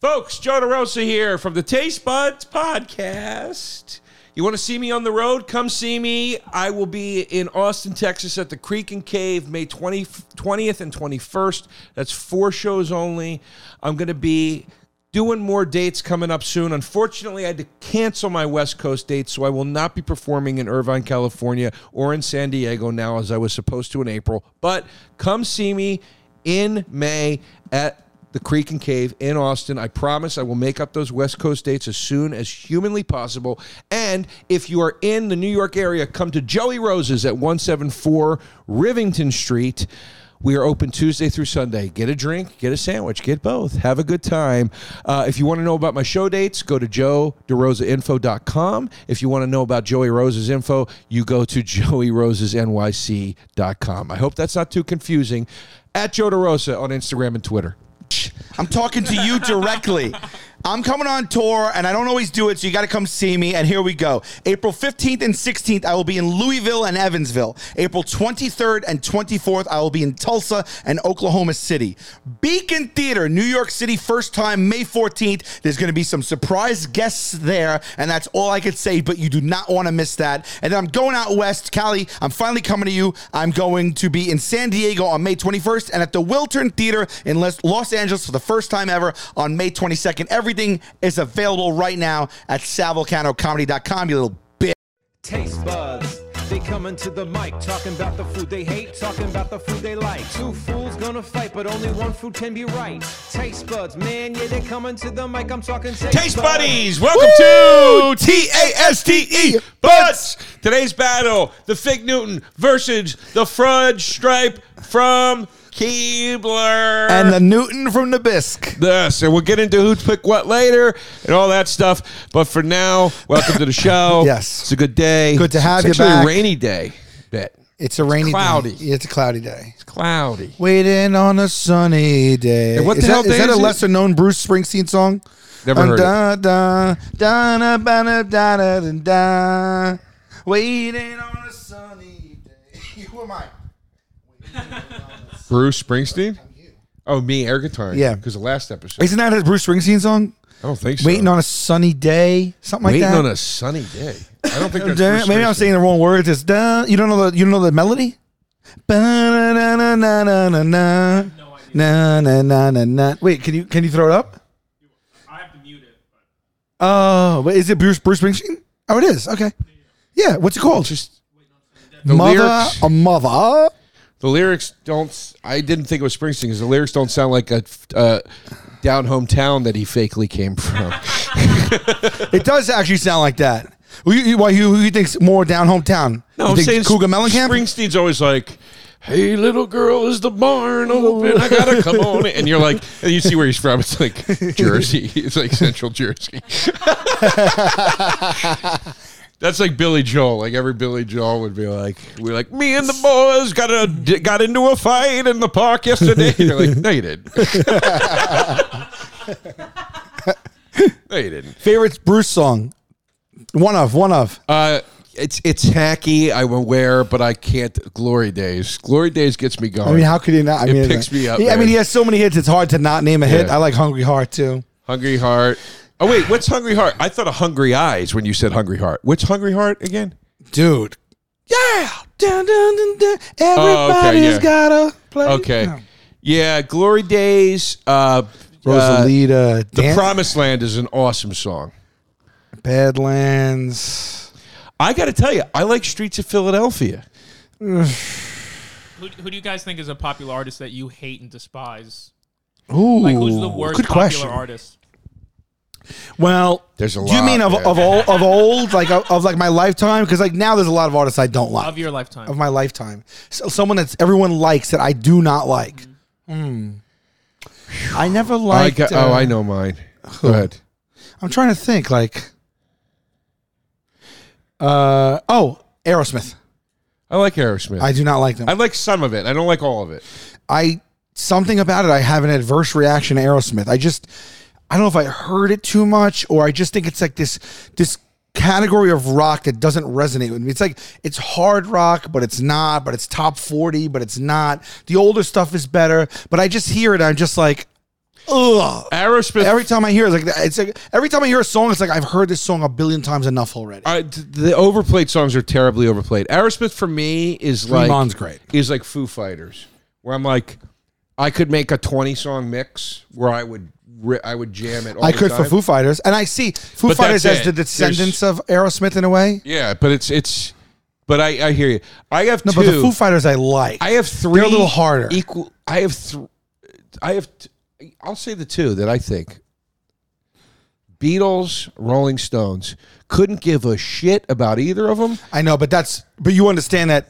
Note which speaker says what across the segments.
Speaker 1: Folks, Joe DeRosa here from the Taste Buds Podcast. You want to see me on the road? Come see me. I will be in Austin, Texas at the Creek and Cave May 20, 20th and 21st. That's four shows only. I'm going to be doing more dates coming up soon. Unfortunately, I had to cancel my West Coast date, so I will not be performing in Irvine, California or in San Diego now as I was supposed to in April. But come see me in May at the Creek and Cave in Austin. I promise I will make up those West Coast dates as soon as humanly possible. And if you are in the New York area, come to Joey Rose's at 174 Rivington Street. We are open Tuesday through Sunday. Get a drink, get a sandwich, get both. Have a good time. Uh, if you want to know about my show dates, go to joederosainfo.com. If you want to know about Joey Rose's info, you go to joeyrosesnyc.com. I hope that's not too confusing. At Joe DeRosa on Instagram and Twitter.
Speaker 2: I'm talking to you directly. I'm coming on tour, and I don't always do it, so you got to come see me. And here we go. April 15th and 16th, I will be in Louisville and Evansville. April 23rd and 24th, I will be in Tulsa and Oklahoma City. Beacon Theater, New York City, first time, May 14th. There's going to be some surprise guests there, and that's all I could say, but you do not want to miss that. And then I'm going out west, Cali. I'm finally coming to you. I'm going to be in San Diego on May 21st and at the Wiltern Theater in Les- Los Angeles for the first time ever on May 22nd. Everything is available right now at salvolcanocomedy.com, you little bitch.
Speaker 3: Taste buds. They coming to the mic, talking about the food they hate, talking about the food they like. Two fools gonna fight, but only one food can be right. Taste buds, man, yeah, they coming to the mic. I'm talking taste,
Speaker 1: Taste
Speaker 3: buds.
Speaker 1: Buddies, welcome
Speaker 2: Woo!
Speaker 1: to T A S T E Butts. Today's battle: the Fig Newton versus the Fudge Stripe from Keebler.
Speaker 2: And
Speaker 4: Er
Speaker 2: the Newton from the Bisque.
Speaker 1: this, and we'll get into who picked what later and all that stuff. But for now, welcome to the show.
Speaker 4: Yes.
Speaker 1: it's a good day.
Speaker 4: Good to have
Speaker 1: it's
Speaker 4: you
Speaker 1: actually
Speaker 4: back.
Speaker 1: A rainy day. Bit
Speaker 4: It's a rainy
Speaker 1: cloudy.
Speaker 4: day. It's a cloudy day.
Speaker 1: it's cloudy.
Speaker 4: Waiting on a sunny day.
Speaker 1: And what
Speaker 4: is
Speaker 1: the
Speaker 4: that,
Speaker 1: hell
Speaker 4: is
Speaker 1: day
Speaker 4: that
Speaker 1: is
Speaker 4: a
Speaker 1: it?
Speaker 4: lesser known Bruce Springsteen song?
Speaker 1: Never
Speaker 4: Um,
Speaker 1: heard
Speaker 4: da, da, da, da, ba, da, da, da, da, da. Waiting on a sunny day. Who am I?
Speaker 1: Bruce Springsteen. Oh, me air guitar.
Speaker 4: Yeah.
Speaker 1: because the last episode.
Speaker 4: Isn't that a Bruce Springsteen song?
Speaker 1: I don't think so.
Speaker 4: Waiting on a sunny day, something like
Speaker 1: Waiting
Speaker 4: that.
Speaker 1: on a sunny day. I don't think that's
Speaker 4: Da-
Speaker 1: Bruce
Speaker 4: Maybe I'm
Speaker 1: Springsteen.
Speaker 4: saying the wrong words. It's da. You don't know the. You don't know the melody. Ba- na- na- na- na- na- na. Na- na- na- na- na. Wait, can you can you throw it up? I have to mute it. Oh, wait, is it Bruce Bruce Springsteen? Oh, it is. Okay. Yeah. What's it called? Just
Speaker 1: The
Speaker 4: mother
Speaker 1: lyrics-
Speaker 4: a mother.
Speaker 1: The lyrics don't. I didn't think it was Springsteen because the lyrics don't sound like a uh, down home town that he fakely came from.
Speaker 4: It does actually sound like that. Who you, you- why you, who you think's more down hometown? you think Cougar Mellencamp.
Speaker 1: Springsteen's always like, "Hey, little girl, is the barn open? I gotta come on." in." And you're like, and you see where he's from. It's like Jersey. It's like Central Jersey. That's like Billy Joel. Like every Billy Joel would be like, "We're like me and the boys got a got into a fight in the park yesterday." You're like, "No, you didn't." no, you didn't.
Speaker 4: Favorite Bruce song. One of one of.
Speaker 1: Uh, it's it's hacky. I'm aware, but I can't. Glory days. Glory days gets me going.
Speaker 4: I mean, how could he not? I
Speaker 1: It
Speaker 4: mean,
Speaker 1: picks me up,
Speaker 4: Yeah, I
Speaker 1: man.
Speaker 4: mean, he has so many hits. It's hard to not name a hit.
Speaker 1: Yeah.
Speaker 4: I like Hungry Heart too.
Speaker 1: Hungry Heart. Oh wait, what's Hungry Heart? I thought of Hungry Eyes when you said Hungry Heart. What's Hungry Heart again?
Speaker 4: Dude. Yeah. Dun, dun, dun, dun. Everybody's
Speaker 1: Oh, yeah.
Speaker 4: gotta play.
Speaker 1: Okay.
Speaker 4: No.
Speaker 1: Yeah, Glory Days. Uh, uh,
Speaker 4: Rosalita.
Speaker 1: the
Speaker 4: Dan-
Speaker 1: Promised Land is an awesome song.
Speaker 4: Badlands.
Speaker 1: I got to tell you, I like Streets of Philadelphia.
Speaker 5: Who, who do you guys think is a popular artist that you hate and despise?
Speaker 4: Ooh.
Speaker 5: Like, who's the worst
Speaker 4: good
Speaker 5: popular
Speaker 4: question.
Speaker 5: artist?
Speaker 4: Well,
Speaker 1: There's a
Speaker 4: Do you
Speaker 1: lot,
Speaker 4: mean of,
Speaker 1: man.
Speaker 4: of old, of old, like of, of like my lifetime? Because like now there's a lot of artists I don't like
Speaker 5: Of your lifetime.
Speaker 4: of my lifetime. So, someone that's everyone likes that I do not like. Hmm. I never
Speaker 1: I
Speaker 4: liked.
Speaker 1: got, oh,
Speaker 4: uh,
Speaker 1: I know mine. Go ahead.
Speaker 4: I'm trying to think like uh oh, Aerosmith.
Speaker 1: I like Aerosmith.
Speaker 4: I
Speaker 1: I,
Speaker 4: do not like them. I,
Speaker 1: like some of it. I don't like all of it.
Speaker 4: something about it I have an adverse reaction to Aerosmith. I just I don't know if I heard it too much or I just think it's like this this category of rock that doesn't resonate with me. It's like it's hard rock, but it's not, but it's top 40, but it's not. The older stuff is better, but I just hear it I'm just like ugh.
Speaker 1: Aerosmith.
Speaker 4: Every time I hear it, it's like it's like every time I hear a song, it's like I've heard this song a billion times enough already.
Speaker 1: I- th- the overplayed songs are terribly overplayed. Aerosmith for me is like
Speaker 4: Mon's great.
Speaker 1: Is like Foo Fighters, where I'm like, I could make a 20 song mix where I would ri- I would jam it. All
Speaker 4: I
Speaker 1: the
Speaker 4: could for
Speaker 1: time.
Speaker 4: Foo Fighters, and I see Foo
Speaker 1: But
Speaker 4: Fighters
Speaker 1: that's
Speaker 4: as
Speaker 1: it.
Speaker 4: the descendants of Aerosmith in a way.
Speaker 1: Yeah, but it's it's. But I I hear you. I have
Speaker 4: No,
Speaker 1: two.
Speaker 4: but the Foo Fighters I like.
Speaker 1: I have three.
Speaker 4: They're a little harder.
Speaker 1: Equal. I have. Th- I have. T- I'll say the two that I think. Beatles, Rolling Stones, couldn't give a shit about either of them.
Speaker 4: I know, but that's but you understand that.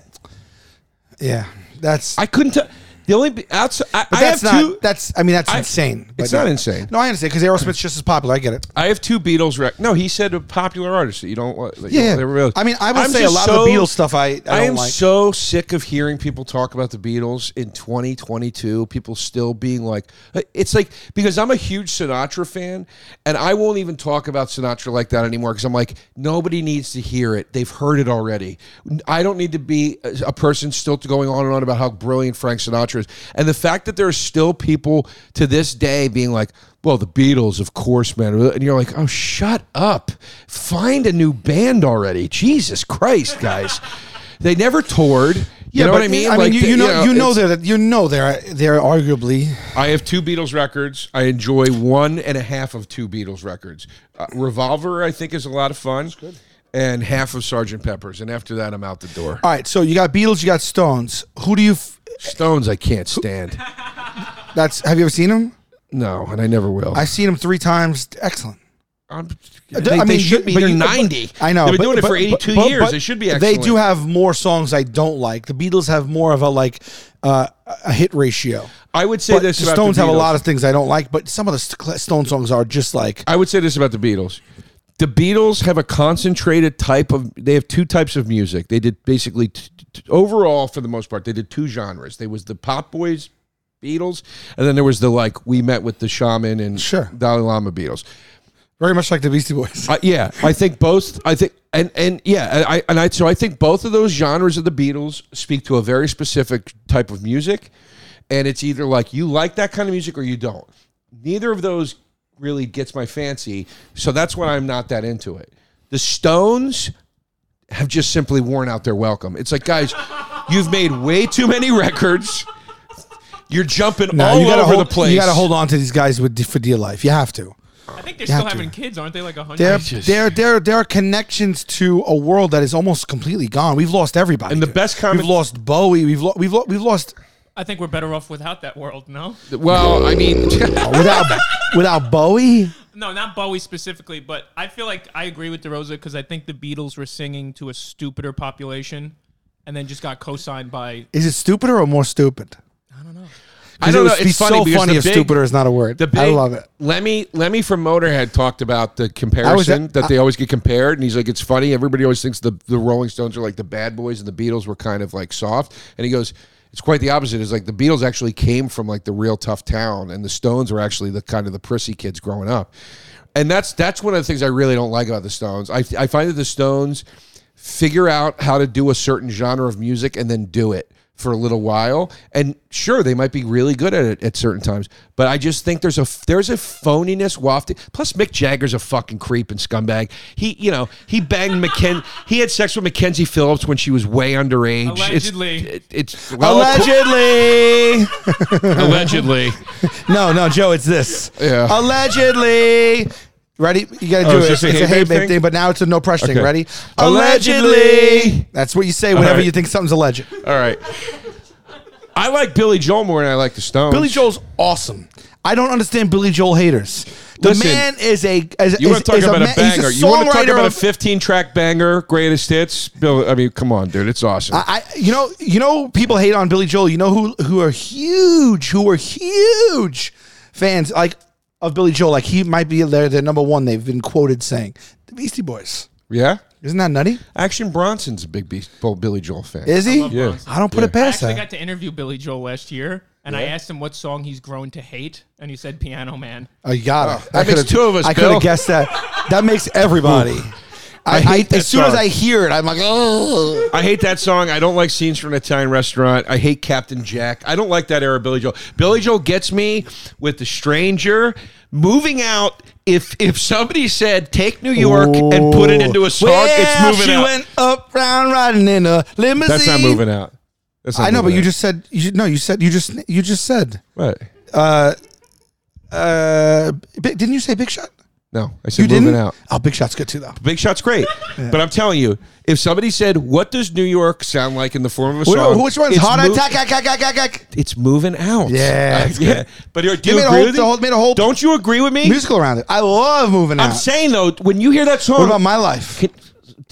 Speaker 4: Yeah, that's.
Speaker 1: I couldn't. T- the only b- outside. I,
Speaker 4: but
Speaker 1: I
Speaker 4: that's
Speaker 1: have
Speaker 4: not.
Speaker 1: two.
Speaker 4: That's. I mean, that's
Speaker 1: I-
Speaker 4: insane. but
Speaker 1: it's not insane.
Speaker 4: No, I understand because Aerosmith's just as popular. I get it.
Speaker 1: I have two Beatles records. No, he said a popular artist that you don't want. that you
Speaker 4: Yeah,
Speaker 1: don't- they're real-
Speaker 4: I mean, I would
Speaker 1: I'm
Speaker 4: say a
Speaker 1: just
Speaker 4: lot
Speaker 1: so-
Speaker 4: of the Beatles stuff I I, don't
Speaker 1: I, am
Speaker 4: like.
Speaker 1: so sick of hearing people talk about the Beatles in 2022. People still being like, uh, it's like because I'm a huge Sinatra fan, and I won't even talk about Sinatra like that anymore because I'm like, nobody needs to hear it. They've heard it already. I don't need to be a a person still going on and on about how brilliant Frank Sinatra is, and the fact that there are still people to this day being like. Well, the Beatles, of course, man. And you're like, oh, shut up. Find a new band already. Jesus Christ, guys. They never toured. You know
Speaker 4: but
Speaker 1: what I mean?
Speaker 4: I mean,
Speaker 1: Like,
Speaker 4: you,
Speaker 1: th-
Speaker 4: you know, you know
Speaker 1: it's-
Speaker 4: that you know they're they're arguably
Speaker 1: I have two Beatles records. I enjoy one and a half of two Beatles records. Uh, Revolver, I think, is a lot of fun. And half of Sergeant Pepper's, and after that, I'm out the door.
Speaker 4: all right. So you got Beatles, you got Stones. Who do you? F-
Speaker 1: Stones, I can't stand.
Speaker 4: that's have you ever seen them?
Speaker 1: No, and I never will.
Speaker 4: I've seen them three times. Excellent.
Speaker 1: I'm, they,
Speaker 4: Uh, I
Speaker 1: they
Speaker 4: mean,
Speaker 1: should
Speaker 4: you-
Speaker 1: be.
Speaker 4: but
Speaker 1: They're
Speaker 4: you- but-
Speaker 1: ninety.
Speaker 4: I know.
Speaker 1: They've been
Speaker 4: but-
Speaker 1: doing it
Speaker 4: but-
Speaker 1: for
Speaker 4: but-
Speaker 1: eighty-two
Speaker 4: but-
Speaker 1: years.
Speaker 4: but
Speaker 1: they should be. Excellent.
Speaker 4: They do have more songs I don't like. The Beatles have more of a like uh, a hit ratio.
Speaker 1: I would say
Speaker 4: But the
Speaker 1: this. about the
Speaker 4: Stones have a
Speaker 1: Beatles.
Speaker 4: lot of things I don't like, but some of the St- Stone songs are just like
Speaker 1: I would say this about the Beatles. The Beatles have a concentrated type of. They have two types of music. They did basically, t- t- overall, for the most part, they did two genres. There was the pop boys, Beatles, and then there was the like we met with the shaman and
Speaker 4: Sure.
Speaker 1: Dalai Lama Beatles.
Speaker 4: very much like the Beastie Boys.
Speaker 1: Uh, yeah, I think both. I think and and yeah, I and I so I think both of those genres of the Beatles speak to a very specific type of music, and it's either like you like that kind of music or you don't. Neither of those really gets my fancy, so that's why I'm not that into it. The Stones have just simply worn out their welcome. It's like guys, you've made way too many records. You're jumping
Speaker 4: No,
Speaker 1: all
Speaker 4: you gotta
Speaker 1: over
Speaker 4: hold,
Speaker 1: the place.
Speaker 4: You got to hold on to these guys with for dear life. You have to.
Speaker 5: I think they're
Speaker 4: You have
Speaker 5: still
Speaker 4: to.
Speaker 5: having kids, aren't they? Like a
Speaker 4: There,
Speaker 5: hundred.
Speaker 1: just-
Speaker 4: there, there, there are connections to a world that is almost completely gone. We've lost everybody.
Speaker 1: And the
Speaker 4: dude.
Speaker 1: best comment-
Speaker 4: we've lost Bowie. We've lo- we've lo- we've lost
Speaker 5: I think we're better off without that world. No,
Speaker 1: Well, I mean,
Speaker 4: without without Bowie.
Speaker 5: no, not Bowie specifically, but I feel like I agree with DeRosa because I think the Beatles were singing to a stupider population, and then just got co-signed by.
Speaker 4: Is it stupider or more stupid?
Speaker 1: I don't
Speaker 4: it
Speaker 1: know.
Speaker 4: was-
Speaker 1: It's, funny
Speaker 4: so
Speaker 1: because
Speaker 4: funny
Speaker 1: the
Speaker 4: if
Speaker 1: big-
Speaker 4: stupider is not a word.
Speaker 1: The big,
Speaker 4: I love it.
Speaker 1: Lemmy Lemmy from Motorhead talked about the comparison
Speaker 4: at-
Speaker 1: that they always get compared, and he's like, "It's funny. Everybody always thinks the the Rolling Stones are like the bad boys, and the Beatles were kind of like soft." And he goes, "It's quite the opposite. It's like the Beatles actually came from like the real tough town, and the Stones were actually the kind of the prissy kids growing up." And that's that's one of the things I really don't like about the Stones. I I find that the Stones figure out how to do a certain genre of music and then do it for a little while and sure they might be really good at it at certain times but i just think there's a there's a phoniness wafting plus mick jagger's a fucking creep and scumbag he you know he banged mckenzie he had sex with mackenzie phillips when she was way underage It's-
Speaker 5: Allegedly.
Speaker 1: it- it's well,
Speaker 4: Allegedly.
Speaker 1: allegedly
Speaker 4: no, no, Joe, it's this.
Speaker 1: Yeah.
Speaker 4: Allegedly. Ready? You got to do
Speaker 1: Oh,
Speaker 4: it.
Speaker 1: is
Speaker 4: It's
Speaker 1: this
Speaker 4: a
Speaker 1: a
Speaker 4: hey,
Speaker 1: hey babe
Speaker 4: babe
Speaker 1: thing?
Speaker 4: thing, but now it's a no pressure thing.
Speaker 1: Okay.
Speaker 4: Ready?
Speaker 1: Allegedly.
Speaker 4: That's what you say whenever
Speaker 1: right.
Speaker 4: you think something's alleged.
Speaker 1: all right i like billy joel more than i like the stones
Speaker 4: Billy Joel's awesome. I don't understand Billy Joel haters. The
Speaker 1: Listen,
Speaker 4: man is a is,
Speaker 1: you
Speaker 4: is,
Speaker 1: want to talk
Speaker 4: is
Speaker 1: about
Speaker 4: a,
Speaker 1: a,
Speaker 4: man- he's
Speaker 1: banger? you want to talk
Speaker 4: songwriter
Speaker 1: about a
Speaker 4: of-
Speaker 1: 15 track banger, greatest hits? Bill, I mean, come on, dude, it's awesome.
Speaker 4: I, I- you know, you know, people hate on Billy Joel. You know who who are huge, who are huge fans like of Billy Joel. Like he might be their their number one. They've been quoted saying the Beastie Boys.
Speaker 1: yeah,
Speaker 4: Isn't that nutty?
Speaker 1: Action Bronson's a big Beast, Bo- Billy Joel fan.
Speaker 4: Is he?
Speaker 5: love Yeah. Bronson.
Speaker 4: I don't put it
Speaker 5: I
Speaker 4: past
Speaker 5: actually
Speaker 4: that.
Speaker 5: got to interview Billy Joel last year, and I asked him what song he's grown to hate, and he said "Piano Man."
Speaker 4: I Oh, got it.
Speaker 1: Oh, that
Speaker 4: I
Speaker 1: makes
Speaker 4: could've-
Speaker 1: two of us,
Speaker 4: I could
Speaker 1: Bill.
Speaker 4: have guessed that. That makes everybody.
Speaker 2: I,
Speaker 1: hate
Speaker 2: I
Speaker 1: that
Speaker 2: as soon as
Speaker 1: song.
Speaker 2: I hear it, I'm like, oh.
Speaker 1: I hate that song. I don't like scenes from an Italian restaurant. I hate Captain Jack. I don't like that era Billy Joel. Billy Joel gets me with the stranger moving out. If if somebody said take New York and put it into a song, it's moving
Speaker 2: she
Speaker 1: out.
Speaker 2: went up, round, riding in a limousine.
Speaker 1: That's not moving out. That's not
Speaker 4: I know, but
Speaker 1: moving
Speaker 4: you
Speaker 1: out.
Speaker 4: just said you no. You said you just you just said.
Speaker 1: What?
Speaker 4: Uh, Bi- didn't you say Big Shot?
Speaker 1: No, I
Speaker 4: You
Speaker 1: said
Speaker 4: didn't.
Speaker 1: moving out.
Speaker 4: Oh, Big Shot's good too, though.
Speaker 1: Big Shot's great, but I'm telling you, if somebody said, "What does New York sound like in the form of a song?"
Speaker 4: which one's
Speaker 1: it's
Speaker 4: hot
Speaker 1: mov-
Speaker 4: attack? Ack, ack, ack, ack, ack.
Speaker 1: It's moving out.
Speaker 4: Yeah, it's
Speaker 1: yeah. But do you agree
Speaker 4: made a whole-
Speaker 1: with
Speaker 4: the
Speaker 1: me?
Speaker 4: whole- made a whole-
Speaker 1: Don't you agree with me?
Speaker 4: Musical around it. I love moving out.
Speaker 1: I'm saying though, when you hear that song,
Speaker 4: what about my life?
Speaker 1: Can-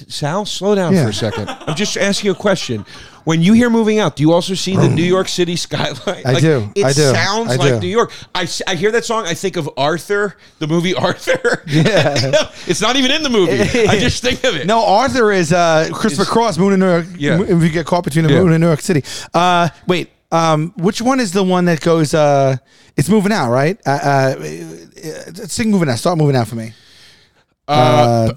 Speaker 1: Sal, slow down
Speaker 4: Yeah.
Speaker 1: for a second. I'm just asking you a question. When you hear moving out, do you also see the New York City skyline?
Speaker 4: I do.
Speaker 1: It
Speaker 4: I do.
Speaker 1: sounds
Speaker 4: I
Speaker 1: like
Speaker 4: do.
Speaker 1: New York. I, s- I hear that song. I think of Arthur, the movie Arthur.
Speaker 4: Yeah.
Speaker 1: it's not even in the movie. I just think of it.
Speaker 4: No, Arthur is uh, Christopher Cross, Moon in New York.
Speaker 1: Yeah.
Speaker 4: Mo- If you get caught between the
Speaker 1: Yeah.
Speaker 4: moon and New York City. Uh, wait, um, which one is the one that goes, uh, it's moving out, right? Uh, uh, uh, sing moving out. Start moving out for me.
Speaker 1: Uh,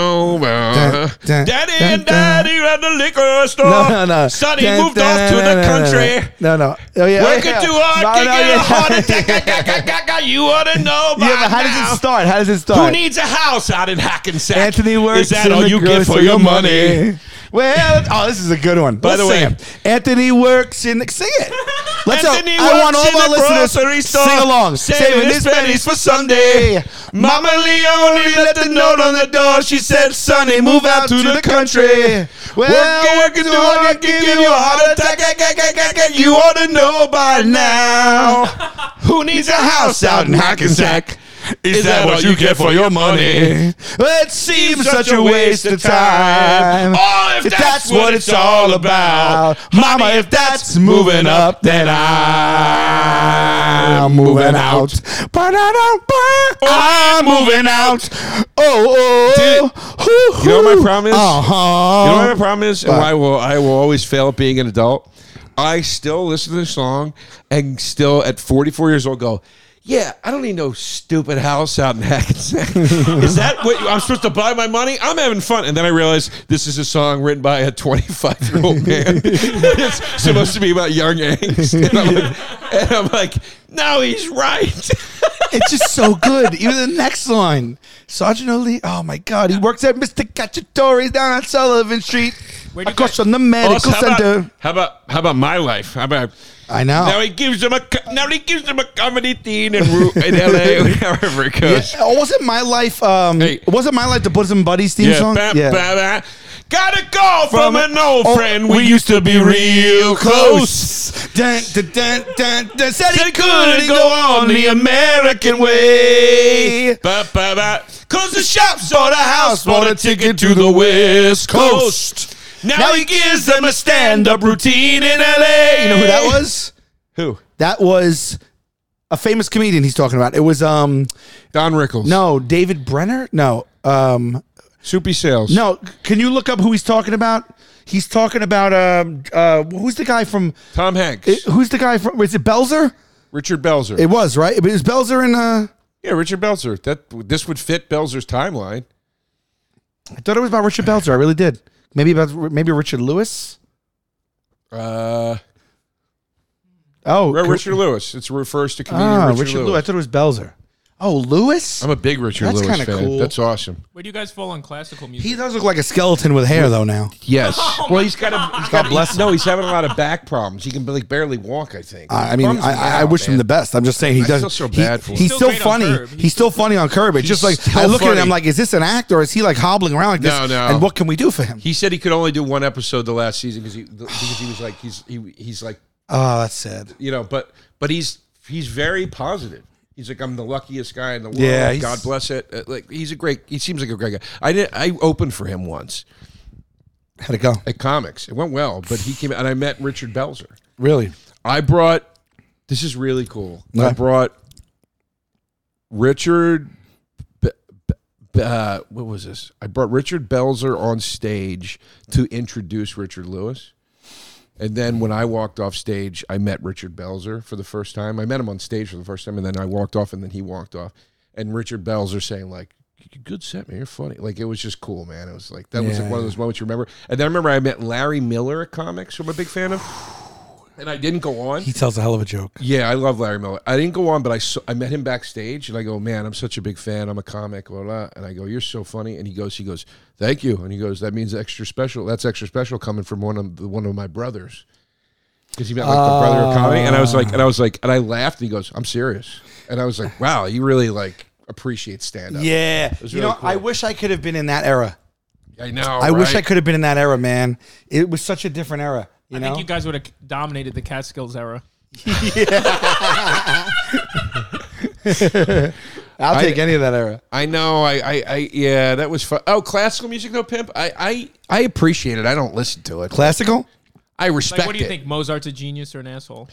Speaker 1: ba-da-da-ba.
Speaker 4: dun,
Speaker 1: Daddy
Speaker 4: dun,
Speaker 1: and Daddy at the liquor store.
Speaker 4: No, no, no.
Speaker 1: Oh, Sonny
Speaker 4: Dun,
Speaker 1: moved
Speaker 4: dun,
Speaker 1: off to
Speaker 4: dun, dun,
Speaker 1: the
Speaker 4: dun,
Speaker 1: country.
Speaker 4: No, no. no. Oh, yeah.
Speaker 1: Work
Speaker 4: yeah.
Speaker 1: it too hard,
Speaker 4: No,
Speaker 1: no,
Speaker 4: no,
Speaker 1: a
Speaker 4: yeah.
Speaker 1: heart attack. Ga, ga, ga, ga, ga. You ought to know by
Speaker 4: Yeah, but how
Speaker 1: now.
Speaker 4: does it start? How does it
Speaker 1: Who
Speaker 4: start?
Speaker 1: needs a house out in Hackensack?
Speaker 4: Anthony works.
Speaker 1: Is that
Speaker 4: in
Speaker 1: all
Speaker 4: the
Speaker 1: you get for
Speaker 4: grocery
Speaker 1: your money?
Speaker 4: Well, oh, this is a good one.
Speaker 1: By
Speaker 4: Let's
Speaker 1: the way-
Speaker 4: sing it. Anthony works in. Sing it. Let's out.
Speaker 1: Anthony
Speaker 4: I want
Speaker 1: works in
Speaker 4: all my
Speaker 1: the grocery
Speaker 4: listeners
Speaker 1: store,
Speaker 4: sing along.
Speaker 1: saving his pennies for Sunday.
Speaker 4: Mama Leone
Speaker 1: left a note on the door. She said, "Sonny, move out to the country."
Speaker 4: Well,
Speaker 1: Work, working too hard can give you a heart attack. Ga, ga, ga, ga, ga. You ought to know by now. Who needs a house out in Hackensack? Is that what you get for your money?
Speaker 4: Well, it seems such a waste of time.
Speaker 1: Oh, if that's what it's all about. Mama, if that's moving up, then I'm
Speaker 4: I'm
Speaker 1: moving out. Oh,
Speaker 4: I'm moving out. Oh, oh, oh.
Speaker 1: You know what my problem is?
Speaker 4: Uh-huh.
Speaker 1: You know Oh. what my problem is, and why I will I will always fail at being an adult. I still listen to this song and still at 44 years old go, yeah, I don't need no stupid house out in Hackensack. is that what I'm supposed to buy my money? I'm having fun, and then I realize this is a song written by a 25 year old man. it's supposed to be about young angst, and I'm like, and I'm like no, he's right.
Speaker 4: It's just so good. Even the next line. Sergeant O'Lee. Oh, my God. He works at Mr. Cacciatore's down on Sullivan Street.
Speaker 5: Where do you
Speaker 4: Across
Speaker 5: guys-
Speaker 4: from the medical
Speaker 1: Also, how,
Speaker 4: center.
Speaker 1: about, how about how about my life? How about
Speaker 4: I know.
Speaker 1: Now he gives them a co- now he gives them a comedy theme in, Ru- in L.A. wherever it goes.
Speaker 4: Yeah, wasn't Oh, my life? Um,
Speaker 1: Hey.
Speaker 4: wasn't my life the bosom buddies theme
Speaker 1: Yeah,
Speaker 4: song?
Speaker 1: ba- ba- ba- Got a call from, an old
Speaker 4: Oh,
Speaker 1: friend. We used to be real close.
Speaker 4: Dun, dun, dun, dun, dun. Said
Speaker 1: Said
Speaker 4: he
Speaker 1: he couldn't go on the American way. Ba, ba, ba. Close the shops or the house, bought a ticket to the West Coast. Now, he gives them a stand-up routine in L.A.
Speaker 4: You know who that was?
Speaker 1: Who?
Speaker 4: That was a famous comedian. He's talking about. It was um
Speaker 1: Don Rickles.
Speaker 4: no David Brenner. No um
Speaker 1: Soupy Sales.
Speaker 4: no. Can you look up who he's talking about? He's talking about um uh who's the guy from?
Speaker 1: Tom Hanks.
Speaker 4: Who's the guy from? Was it Belzer?
Speaker 1: Richard Belzer.
Speaker 4: It was right. It was Belzer and uh.
Speaker 1: Yeah, Richard Belzer. That this would fit Belzer's timeline.
Speaker 4: I thought it was about Richard Belzer. I really did. Maybe about maybe Richard Lewis.
Speaker 1: Uh,
Speaker 4: Oh,
Speaker 1: Ri- Richard Lewis. It refers to comedian
Speaker 4: Ah,
Speaker 1: Richard, Lewis.
Speaker 4: Lew- I thought it was Belzer. Oh, Lewis.
Speaker 1: I'm a big Richard
Speaker 4: That's
Speaker 1: Lewis
Speaker 4: kinda
Speaker 1: fan.
Speaker 4: cool.
Speaker 1: That's awesome.
Speaker 5: Where do you guys fall on classical music?
Speaker 4: he does look like a skeleton with hair though. Now
Speaker 1: Yes. well, he's got a. He's got bless. Oh No, he's having a lot of back problems. He can like barely walk. I think.
Speaker 4: I I
Speaker 1: It
Speaker 4: mean,
Speaker 1: bums me
Speaker 4: I, I, I
Speaker 1: out,
Speaker 4: wish him
Speaker 1: man.
Speaker 4: the best. I'm just saying he
Speaker 1: I
Speaker 4: does.
Speaker 1: feel so bad
Speaker 4: he-
Speaker 1: for him.
Speaker 4: He's
Speaker 5: Still
Speaker 4: still,
Speaker 5: great on
Speaker 4: funny.
Speaker 5: Curb.
Speaker 4: He's still funny on Curb. It's
Speaker 1: He's
Speaker 4: just like I
Speaker 1: still
Speaker 4: look at
Speaker 1: funny.
Speaker 4: him. I'm like, is this an act or is he like hobbling around like this?
Speaker 1: No, no.
Speaker 4: And what can we do for him?
Speaker 1: He said he could only do one episode the last season because he because he was like he's he, he's like
Speaker 4: oh, that's sad.
Speaker 1: you know but but he's he's very positive. He's like I'm the luckiest guy in the world.
Speaker 4: Yeah, he's-
Speaker 1: God bless it. Uh, Like he's a great. He seems like a great guy. I did. I opened for him once.
Speaker 4: How'd it go?
Speaker 1: at comics. It went well, but he came and I met Richard Belzer.
Speaker 4: Really?
Speaker 1: I brought this is really cool. I
Speaker 4: Okay.
Speaker 1: brought Richard. Be- Be- Uh, what was this? I brought Richard Belzer on stage to introduce Richard Lewis. And then when I walked off stage, I met Richard Belzer for the first time. I met him on stage for the first time, and then I walked off, and then he walked off. And Richard Belzer saying like,
Speaker 2: good set, man. You're funny. Like it was just cool, man. It was like that was like
Speaker 4: Yeah.
Speaker 2: one of those moments you remember. And then I remember I met Larry Miller at comics, who I'm a big fan of. And I didn't go on.
Speaker 4: He tells a hell of a joke.
Speaker 2: Yeah, I love Larry Miller. I didn't go on, but I saw, I met him backstage, and I go, "Man, I'm such a big fan. I'm a comic, blah, blah." And I go, "You're so funny." And he goes, "He goes, thank you." And he goes, "That means extra special. That's extra special coming from one of the, one of my brothers." Because he met like the brother
Speaker 4: Oh.
Speaker 2: of comedy, and I was like, and I was like, and I laughed. And he goes, "I'm serious," and I was like, "Wow, you really like appreciate stand up."
Speaker 4: Yeah.
Speaker 2: was
Speaker 4: You
Speaker 2: really
Speaker 4: know, I
Speaker 2: cool.
Speaker 4: wish I could have been in that era.
Speaker 2: I know.
Speaker 4: I wish
Speaker 2: right?
Speaker 4: I could have been in that era, man. It was such a different era. You
Speaker 5: I
Speaker 4: know,
Speaker 5: think you guys would have dominated the Catskills era.
Speaker 4: I'll
Speaker 2: I-
Speaker 4: take any of that era.
Speaker 2: I know. I, I, I, yeah, that was fun. Oh, classical music, though, pimp. I, I, I appreciate it. I don't listen to it.
Speaker 4: Classical?
Speaker 2: I respect
Speaker 5: Like, what do you
Speaker 2: it.
Speaker 5: think? Mozart's a genius or an asshole?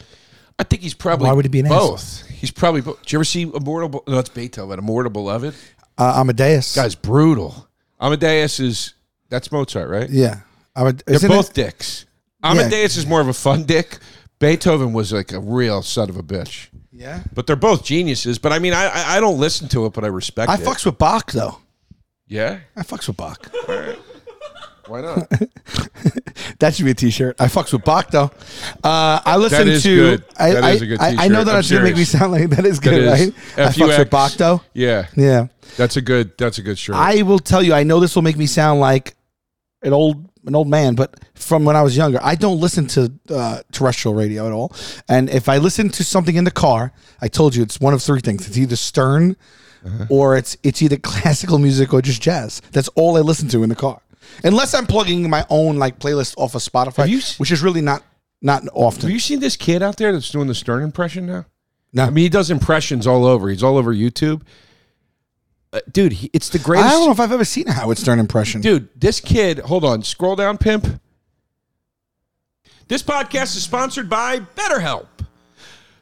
Speaker 2: I think he's probably.
Speaker 4: Why would he be an
Speaker 2: both? He's probably. Both. Did you ever see Immortal? Be- No, it's Beethoven. Immortal Beloved.
Speaker 4: Uh, Amadeus.
Speaker 2: Guy's brutal. Amadeus is. That's Mozart, right?
Speaker 4: Yeah. Amade-
Speaker 2: They're
Speaker 4: isn't
Speaker 2: both
Speaker 4: it?
Speaker 2: dicks. Amadeus is more of a fun dick. Beethoven was like a real son of a bitch.
Speaker 4: Yeah.
Speaker 2: But they're both geniuses. But I mean, I I, I don't listen to it, but I respect
Speaker 4: I
Speaker 2: it.
Speaker 4: fucks with Bach though.
Speaker 2: Yeah.
Speaker 4: I fucks with Bach.
Speaker 2: Why not?
Speaker 4: That should be a T-shirt. I fucks with Bach though. Uh, I listen
Speaker 2: is
Speaker 4: to.
Speaker 2: good.
Speaker 4: I,
Speaker 2: That
Speaker 4: I,
Speaker 2: is a good
Speaker 4: I- I know
Speaker 2: t-shirt.
Speaker 4: that
Speaker 2: I'm
Speaker 4: that's gonna make me
Speaker 2: serious.
Speaker 4: sound like that is
Speaker 2: That
Speaker 4: good,
Speaker 2: is
Speaker 4: right? I fucks
Speaker 2: FUX.
Speaker 4: with Bach though.
Speaker 2: Yeah.
Speaker 4: Yeah.
Speaker 2: That's a good. That's a good shirt.
Speaker 4: I will tell you. I know this will make me sound like an old an old man, but from when I was younger, I don't listen to uh, terrestrial radio at all. And if I listen to something in the car, I told you it's one of three things: it's either Stern,
Speaker 2: Uh-huh.
Speaker 4: or it's it's either classical music or just jazz. That's all I listen to in the car, unless I'm plugging my own like playlist off of Spotify,
Speaker 2: Have you s-
Speaker 4: which is really not not often.
Speaker 2: Have you seen this kid out there that's doing the Stern impression now?
Speaker 4: No.
Speaker 2: I mean, he does impressions all over. He's all over YouTube. Uh, dude, he, it's the greatest.
Speaker 4: I don't know if I've ever seen a Howard Stern impression.
Speaker 2: Dude, this kid, hold on, scroll down, pimp. This podcast is sponsored by BetterHelp.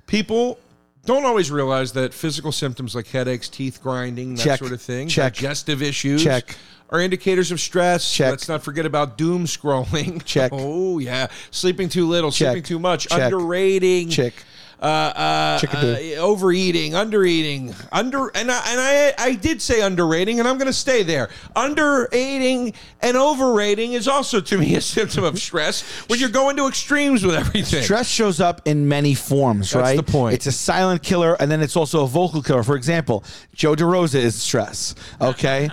Speaker 2: People don't always realize that physical symptoms like headaches, teeth grinding, that
Speaker 4: Check.
Speaker 2: sort of thing,
Speaker 4: Check.
Speaker 2: digestive issues,
Speaker 4: Check.
Speaker 2: are indicators of stress.
Speaker 4: Check.
Speaker 2: Let's not forget about doom scrolling.
Speaker 4: Check.
Speaker 2: Oh, yeah. Sleeping too little,
Speaker 4: Check.
Speaker 2: sleeping too much,
Speaker 4: Check.
Speaker 2: underrating.
Speaker 4: Check.
Speaker 2: Uh, uh,
Speaker 4: Chickadee.
Speaker 2: uh, overeating, undereating, under, and I, and I, I did say underrating, and I'm going to stay there. Undereating and overrating is also to me a symptom of stress when you're going to extremes with everything.
Speaker 4: Stress shows up in many forms, right?
Speaker 2: the point.
Speaker 4: It's a silent killer, and then it's also a vocal killer. For example, Joe DeRosa is stress. Okay.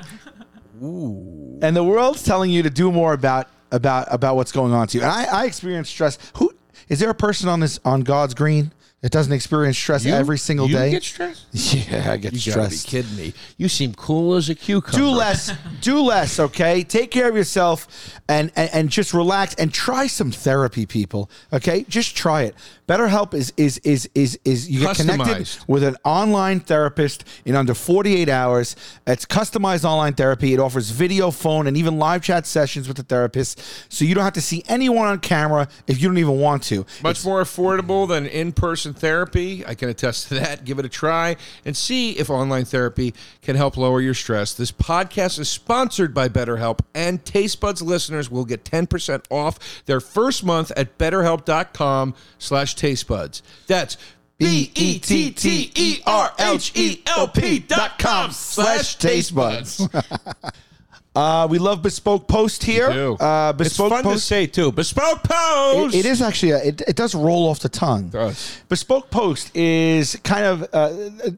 Speaker 4: Ooh. And the world's telling you to do more about about about what's going on to you. And I, I experience stress. Who is there a person on this on God's green that doesn't experience stress every single
Speaker 2: you
Speaker 4: day?
Speaker 2: get stressed.
Speaker 4: yeah, I get
Speaker 2: You gotta be
Speaker 4: stressed.
Speaker 2: kidding me. You seem cool as a cucumber.
Speaker 4: Do less, do less, okay? Take care of yourself and, and and just relax and try some therapy, people. Okay? Just try it. BetterHelp is is is is is you get connected
Speaker 2: Customized.
Speaker 4: with an online therapist in under 48 hours. It's customized online therapy. It offers video, phone, and even live chat sessions with the therapist. So you don't have to see anyone on camera if you don't even want to.
Speaker 2: Much more affordable than in person therapy. I can attest to that. Give it a try and see if online therapy can help lower your stress. This podcast is sponsored by BetterHelp, and Taste Buds listeners will get 10% off their first month at betterhelp.com slash tastebuds. That's E B-E-T-T-E-R-H-E-L-P E dot com slash tastebuds.
Speaker 4: Uh, we love bespoke post here. Uh, bespoke
Speaker 2: it's fun to
Speaker 4: post.
Speaker 2: say, too. Bespoke Post!
Speaker 4: It is actually a, it, it does roll off the tongue.
Speaker 2: does.
Speaker 4: Bespoke Post is kind of uh,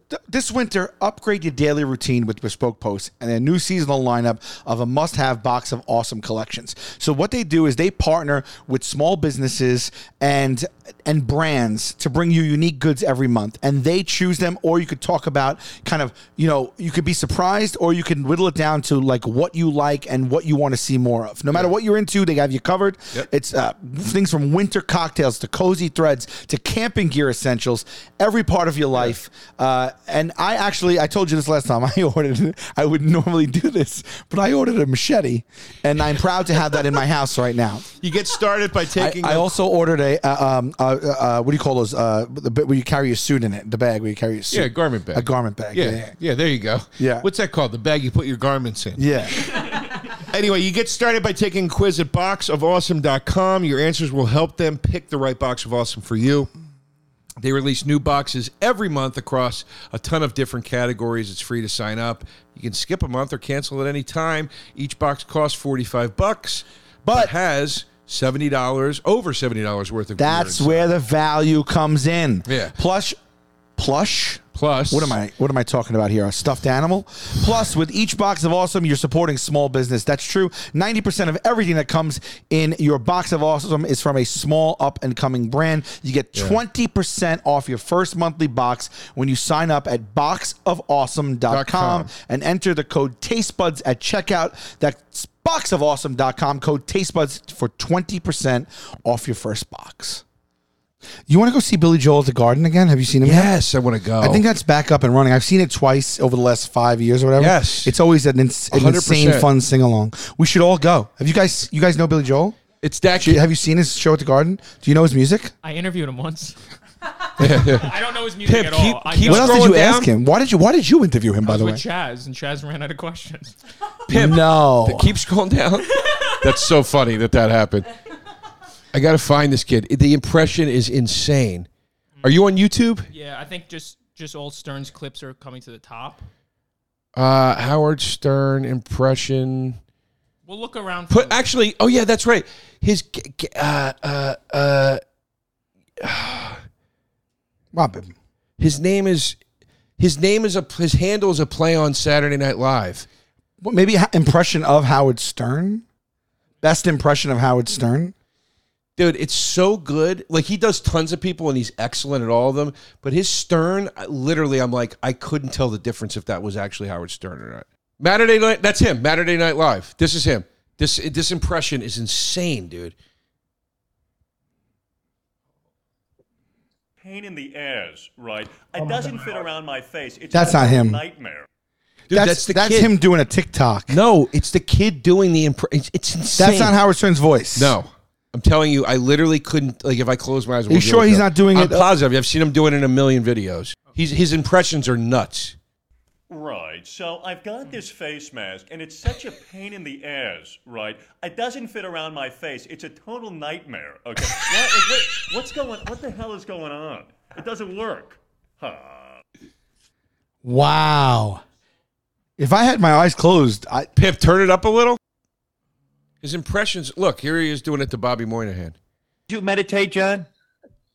Speaker 4: th- this winter. Upgrade your daily routine with Bespoke Post and a new seasonal lineup of a must-have box of awesome collections. So what they do is they partner with small businesses and and brands to bring you unique goods every month, and they choose them. Or you could talk about kind of you know you could be surprised, or you can whittle it down to like what you like and what you want to see more of. No matter what you're into, they have you covered. It's uh, things from winter cocktails to cozy threads to camping gear essentials, every part of your life. Uh, and I actually, I told you this last time. I ordered, I would normally do this, but I ordered a machete, and I'm proud to have that in my house right now.
Speaker 2: You get started by taking
Speaker 4: I, I
Speaker 2: a-
Speaker 4: also ordered a uh, um, uh, uh, what do you call those? Uh, the bit where you carry your suit in it, the bag where you carry your suit.
Speaker 2: Yeah, a garment bag.
Speaker 4: A garment bag.
Speaker 2: Yeah,
Speaker 4: yeah.
Speaker 2: yeah, there you go.
Speaker 4: Yeah.
Speaker 2: What's that called? The bag you put your garments in.
Speaker 4: yeah.
Speaker 2: Anyway, you get started by taking a quiz at boxofawesome.com. Your answers will help them pick the right box of awesome for you. They release new boxes every month across a ton of different categories. It's free to sign up. You can skip a month or cancel at any time. Each box costs 45 bucks, but has $70 over $70 worth of
Speaker 6: That's
Speaker 2: gear.
Speaker 6: where the value comes in.
Speaker 2: Yeah.
Speaker 6: Plush, plush.
Speaker 2: plus
Speaker 6: What am I? What am I talking about here? A stuffed animal. Plus, with each box of awesome, you're supporting small business. That's true. Ninety percent of everything that comes in your box of awesome is from a small up and coming brand. You get twenty percent off your first monthly box when you sign up at boxofawesome.com
Speaker 2: com.
Speaker 6: and enter the code TasteBuds at checkout. That's boxofawesome.com code TasteBuds for twenty percent off your first box.
Speaker 4: You want to go see Billy Joel at the Garden again? Have you seen him? yet?
Speaker 2: Yes, I want to go.
Speaker 4: I think that's back up and running. I've seen it twice over the last five years or whatever.
Speaker 2: Yes.
Speaker 4: it's always an, ins- an
Speaker 2: 100%.
Speaker 4: insane fun sing along. We should all go. Have you guys? You guys know Billy Joel?
Speaker 2: it's that
Speaker 4: Do you- have you seen his show at the Garden? Do you know his music?
Speaker 5: I interviewed him once. I don't know his music
Speaker 2: Pip,
Speaker 5: at
Speaker 2: keep-
Speaker 5: all. I
Speaker 2: keep
Speaker 4: What
Speaker 5: just
Speaker 4: else did
Speaker 2: Scrolling
Speaker 4: you
Speaker 2: down.
Speaker 4: ask him? Why did you Why did you interview him? By
Speaker 5: was
Speaker 4: the
Speaker 5: with
Speaker 4: way,
Speaker 5: Chaz, and Chaz ran out of questions.
Speaker 2: Pip.
Speaker 4: no.
Speaker 2: Keep scrolling down. That's so funny that that happened. I got to find this kid. The impression is insane. Are you on YouTube?
Speaker 5: Yeah, I think just just all Stern's clips are coming to the top.
Speaker 2: Uh, Howard Stern impression.
Speaker 5: We'll look around. For
Speaker 2: Put
Speaker 5: the-
Speaker 2: actually. Oh yeah, that's right. His. g- g- Uh, uh, uh,
Speaker 4: Robin.
Speaker 2: his name is. His name is a. His handle is a play on Saturday Night Live.
Speaker 4: What, maybe ha- impression of Howard Stern. Best impression of Howard Stern.
Speaker 2: Dude, it's so good. Like he does tons of people and he's excellent at all of them. But his Stern, I- literally, I'm like, I couldn't tell the difference if that was actually Howard Stern or not. Matterday Night, that's him. Matterday Night Live. This is him. This this impression is insane, dude.
Speaker 7: pain in the ass, right?
Speaker 8: Oh
Speaker 7: It doesn't fit around my face. It's
Speaker 4: That's
Speaker 7: a
Speaker 4: not him.
Speaker 7: Nightmare.
Speaker 2: Dude,
Speaker 4: that's
Speaker 2: that's, the
Speaker 4: that's
Speaker 2: kid.
Speaker 4: him doing a TikTok.
Speaker 2: No, it's the kid doing the impression. It's, it's insane.
Speaker 4: That's not Howard Stern's voice.
Speaker 2: No, I'm telling you, I literally couldn't. Like, if I close my eyes,
Speaker 4: Are you sure he's not doing
Speaker 2: I'm
Speaker 4: it- uh,
Speaker 2: Positive. I've seen him doing it in a million videos. He's his impressions are nuts.
Speaker 7: Right. So I've
Speaker 8: Hmm.
Speaker 7: got this face mask, and it's such a pain in the ass, right? It doesn't fit around my face. It's a total nightmare. Okay. what, like, what, what's going? What the hell is going on? It doesn't work. Huh.
Speaker 4: Wow. If I had my eyes closed, I,
Speaker 2: Pip, turn it up a little. His impressions. Look, here he is doing it to Bobby Moynihan.
Speaker 8: Do you meditate, John?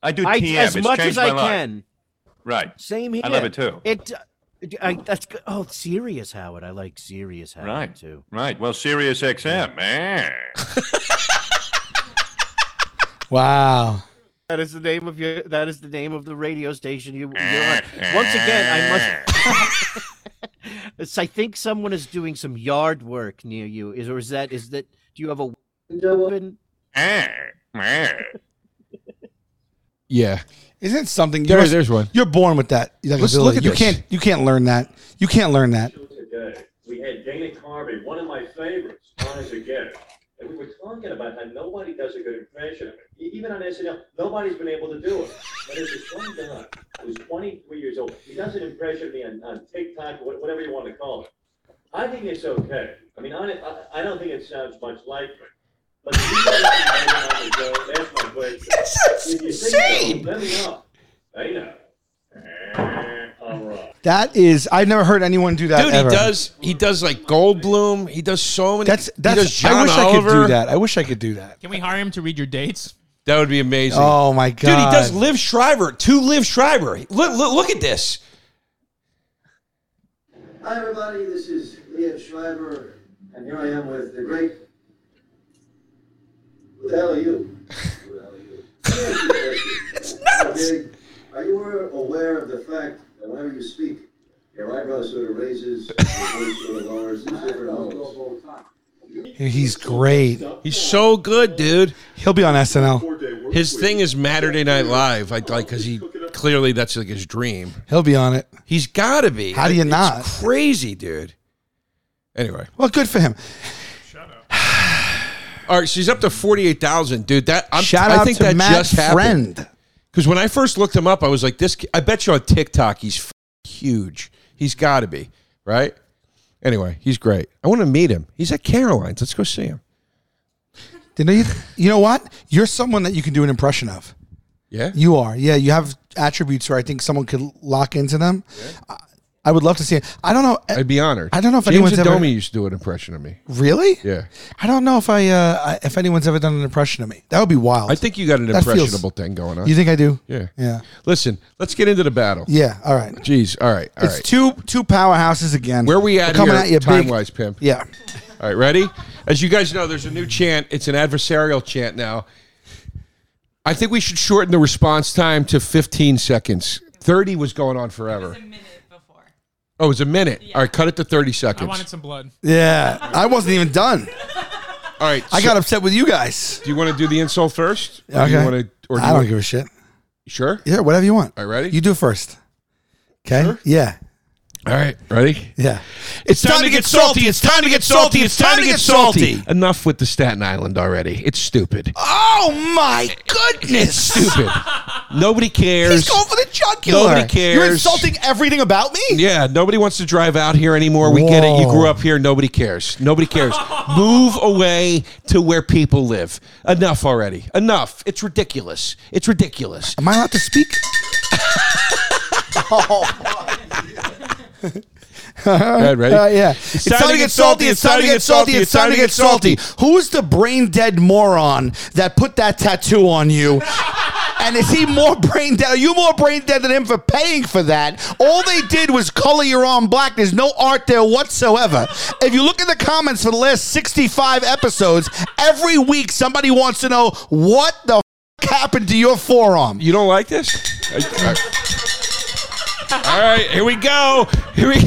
Speaker 9: I do
Speaker 8: I,
Speaker 9: TM.
Speaker 8: as
Speaker 9: it's
Speaker 8: much
Speaker 9: changed
Speaker 8: as I
Speaker 9: my life.
Speaker 8: can.
Speaker 9: Right.
Speaker 8: Same here.
Speaker 9: I love it too.
Speaker 8: It. uh, I, that's good. Oh, serious Howard. I like serious Howard
Speaker 9: Right.
Speaker 8: too.
Speaker 9: Right. Well, Sirius XM, man.
Speaker 4: wow.
Speaker 8: That is the name of your. That is the name of the radio station you, you're on. Once again, I must. It's- I think someone is doing some yard work near you. Is or is that is that? Do you have a window open?
Speaker 2: Yeah.
Speaker 4: Isn't it something
Speaker 2: There-
Speaker 4: you're,
Speaker 2: there's one.
Speaker 4: You're born with that. Like
Speaker 2: Let's
Speaker 4: ability.
Speaker 2: look at
Speaker 4: you
Speaker 2: this.
Speaker 4: can't you can't learn that. You can't learn that.
Speaker 10: today. We had Dana Carvey, one of my favorites, on as a guest. And we were talking about how nobody does a good impression of it. E- Even on SNL, nobody's been able to do it. But there's this one guy who's 23 years old. He does an impression of me on, on TikTok, wha- whatever you want to call it. I think it's okay. I mean, I, I, I don't think it sounds much like me. But if you guys think I'm on the go, that's my question. If you think so, let me know. Hey, now. All right.
Speaker 4: That is I've never heard anyone do that.
Speaker 2: Dude,
Speaker 4: ever.
Speaker 2: he does. He does like Goldblum. He does so many.
Speaker 4: That's
Speaker 2: he does
Speaker 4: that's
Speaker 2: John
Speaker 4: I wish
Speaker 2: Oliver.
Speaker 4: I could do that. I wish I could do that.
Speaker 5: Can we hire him to read your dates?
Speaker 2: That would be amazing.
Speaker 4: Oh my
Speaker 2: Dude, he
Speaker 4: god.
Speaker 2: does Liv Shriver. Two Liv Shriver. Look, look, look at this.
Speaker 1: Hi, everybody. This is Liam Schreiber, and here I am with the great. Who the hell are you? Who the hell are you? it's nuts. Are you aware- aware of the fact that whenever you speak, your eyebrow sort of raises, your voice sort of lowers, there's different levels?
Speaker 4: He's great.
Speaker 2: He's so good, dude.
Speaker 4: He'll be on SNL.
Speaker 2: His thing is Matterday Night Live. I like because he clearly that's like his dream.
Speaker 4: He'll be on it.
Speaker 2: He's got to be.
Speaker 4: How do you
Speaker 2: It's
Speaker 4: not?
Speaker 2: Crazy, dude. Anyway.
Speaker 4: Well, good for him.
Speaker 2: All right, she's up to forty-eight thousand, dude. That I'm,
Speaker 4: Shout
Speaker 2: I
Speaker 4: out
Speaker 2: think
Speaker 4: to
Speaker 2: that
Speaker 4: Matt
Speaker 2: just happened.
Speaker 4: Friend.
Speaker 2: Because when I first looked him up, I was like, "This." ki- I bet you on TikTok, he's f- huge. He's got to be right. Anyway, he's great. I want to meet him. He's at Caroline's. Let's go see him.
Speaker 4: Did you, you know what? You're someone that you can do an impression of.
Speaker 2: Yeah,
Speaker 4: You are. Yeah, you have
Speaker 2: attributes where I think someone could lock into them. I, I would love to see it. I don't know.
Speaker 1: I'd be honored.
Speaker 2: I don't know if
Speaker 1: James
Speaker 2: anyone's ever-
Speaker 1: Adomi used to do an impression of me.
Speaker 2: Really?
Speaker 1: Yeah.
Speaker 2: I don't know if I, uh, I- if anyone's ever done an impression of me. That would be wild.
Speaker 1: I think you got an
Speaker 2: That feels-
Speaker 1: impressionable thing going on.
Speaker 2: You think I do?
Speaker 1: Yeah.
Speaker 2: Yeah.
Speaker 1: Listen, let's get into the battle.
Speaker 2: Yeah. All right.
Speaker 1: Jeez. All right. All
Speaker 2: it's
Speaker 1: right.
Speaker 2: two two powerhouses again.
Speaker 1: Where we
Speaker 2: We're
Speaker 1: at
Speaker 2: coming
Speaker 1: here
Speaker 2: at you
Speaker 1: time
Speaker 2: big.
Speaker 1: wise, pimp?
Speaker 2: Yeah.
Speaker 1: All right, ready? As you guys know, there's a new chant. It's an adversarial chant now. I think we should shorten the response time to 15 seconds. 30 was going on forever. Oh, it was a minute. All right, cut it to 30
Speaker 5: I
Speaker 1: seconds.
Speaker 5: wanted some blood.
Speaker 2: Yeah. I wasn't even done.
Speaker 1: All right.
Speaker 2: I
Speaker 1: so
Speaker 2: got upset with you guys.
Speaker 1: Do you want to do the insult first? Or Do
Speaker 2: Okay.
Speaker 1: you want to, or do
Speaker 2: I
Speaker 1: you
Speaker 2: don't
Speaker 1: want,
Speaker 2: give a shit.
Speaker 1: Sure.
Speaker 2: Yeah, whatever you want.
Speaker 1: All right, ready?
Speaker 2: You do first. Okay. Yeah.
Speaker 1: All right. Ready?
Speaker 2: Yeah.
Speaker 1: It's
Speaker 4: time to get salty. It's time to get salty. It's time to get salty.
Speaker 1: Enough with the Staten Island already. It's stupid.
Speaker 4: Oh my goodness!
Speaker 1: Stupid. Nobody cares.
Speaker 4: He's going for the jugular.
Speaker 1: Nobody cares.
Speaker 4: You're insulting everything about me.
Speaker 1: Yeah, nobody wants to drive out here anymore. We get it. You
Speaker 2: Whoa.
Speaker 1: grew up here. Nobody cares. Nobody cares. Move away to where people live. Uh, Enough already. Enough. It's ridiculous. It's ridiculous.
Speaker 2: Am I allowed to speak?
Speaker 1: Right, ready?
Speaker 2: Uh, yeah.
Speaker 1: It's time to get salty. It's time to get salty. It's time to get salty.
Speaker 4: Who's the brain dead moron that put that tattoo on you? And is he more brain dead? Are you more brain dead than him for paying for that? All they did was color your arm black. There's no art there whatsoever. If you look at the comments for the last 65 episodes, every week somebody wants to know what the f- happened to your forearm.
Speaker 1: You don't like this? All right. All right, here we go. Here we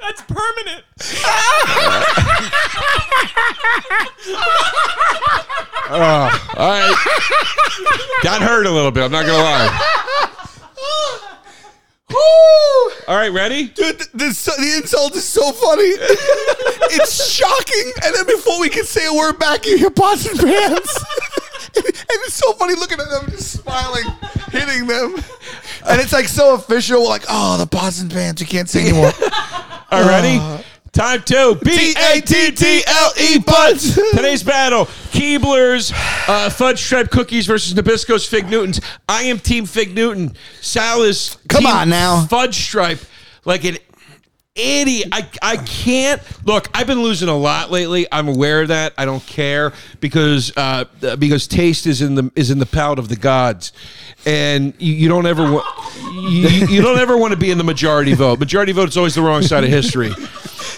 Speaker 5: That's permanent.
Speaker 1: Oh, All right. That hurt a little bit. I'm not going to lie. All right, ready?
Speaker 4: Dude, the, the, the insult is so funny. it's shocking. And then before we can say a word back, you hear pots and pans. and, it's so funny looking at them, just smiling, hitting them. And it's like so official. We're like, oh, the pots and pans. You can't say anymore.
Speaker 1: All right, ready? Time two. B A Uh, T T L E buds. Today's battle: Keebler's uh, fudge stripe cookies versus Nabisco's Fig Newtons. I am Team Fig Newton. Sal is
Speaker 4: Come
Speaker 1: team
Speaker 4: on now.
Speaker 1: fudge stripe like an idiot. I I can't look. I've been losing a lot lately. I'm aware of that. I don't care because uh, because taste is in the is in the palate of the gods, and you, you don't ever want you, you don't ever want to be in the majority vote. Majority vote is always the wrong side of history.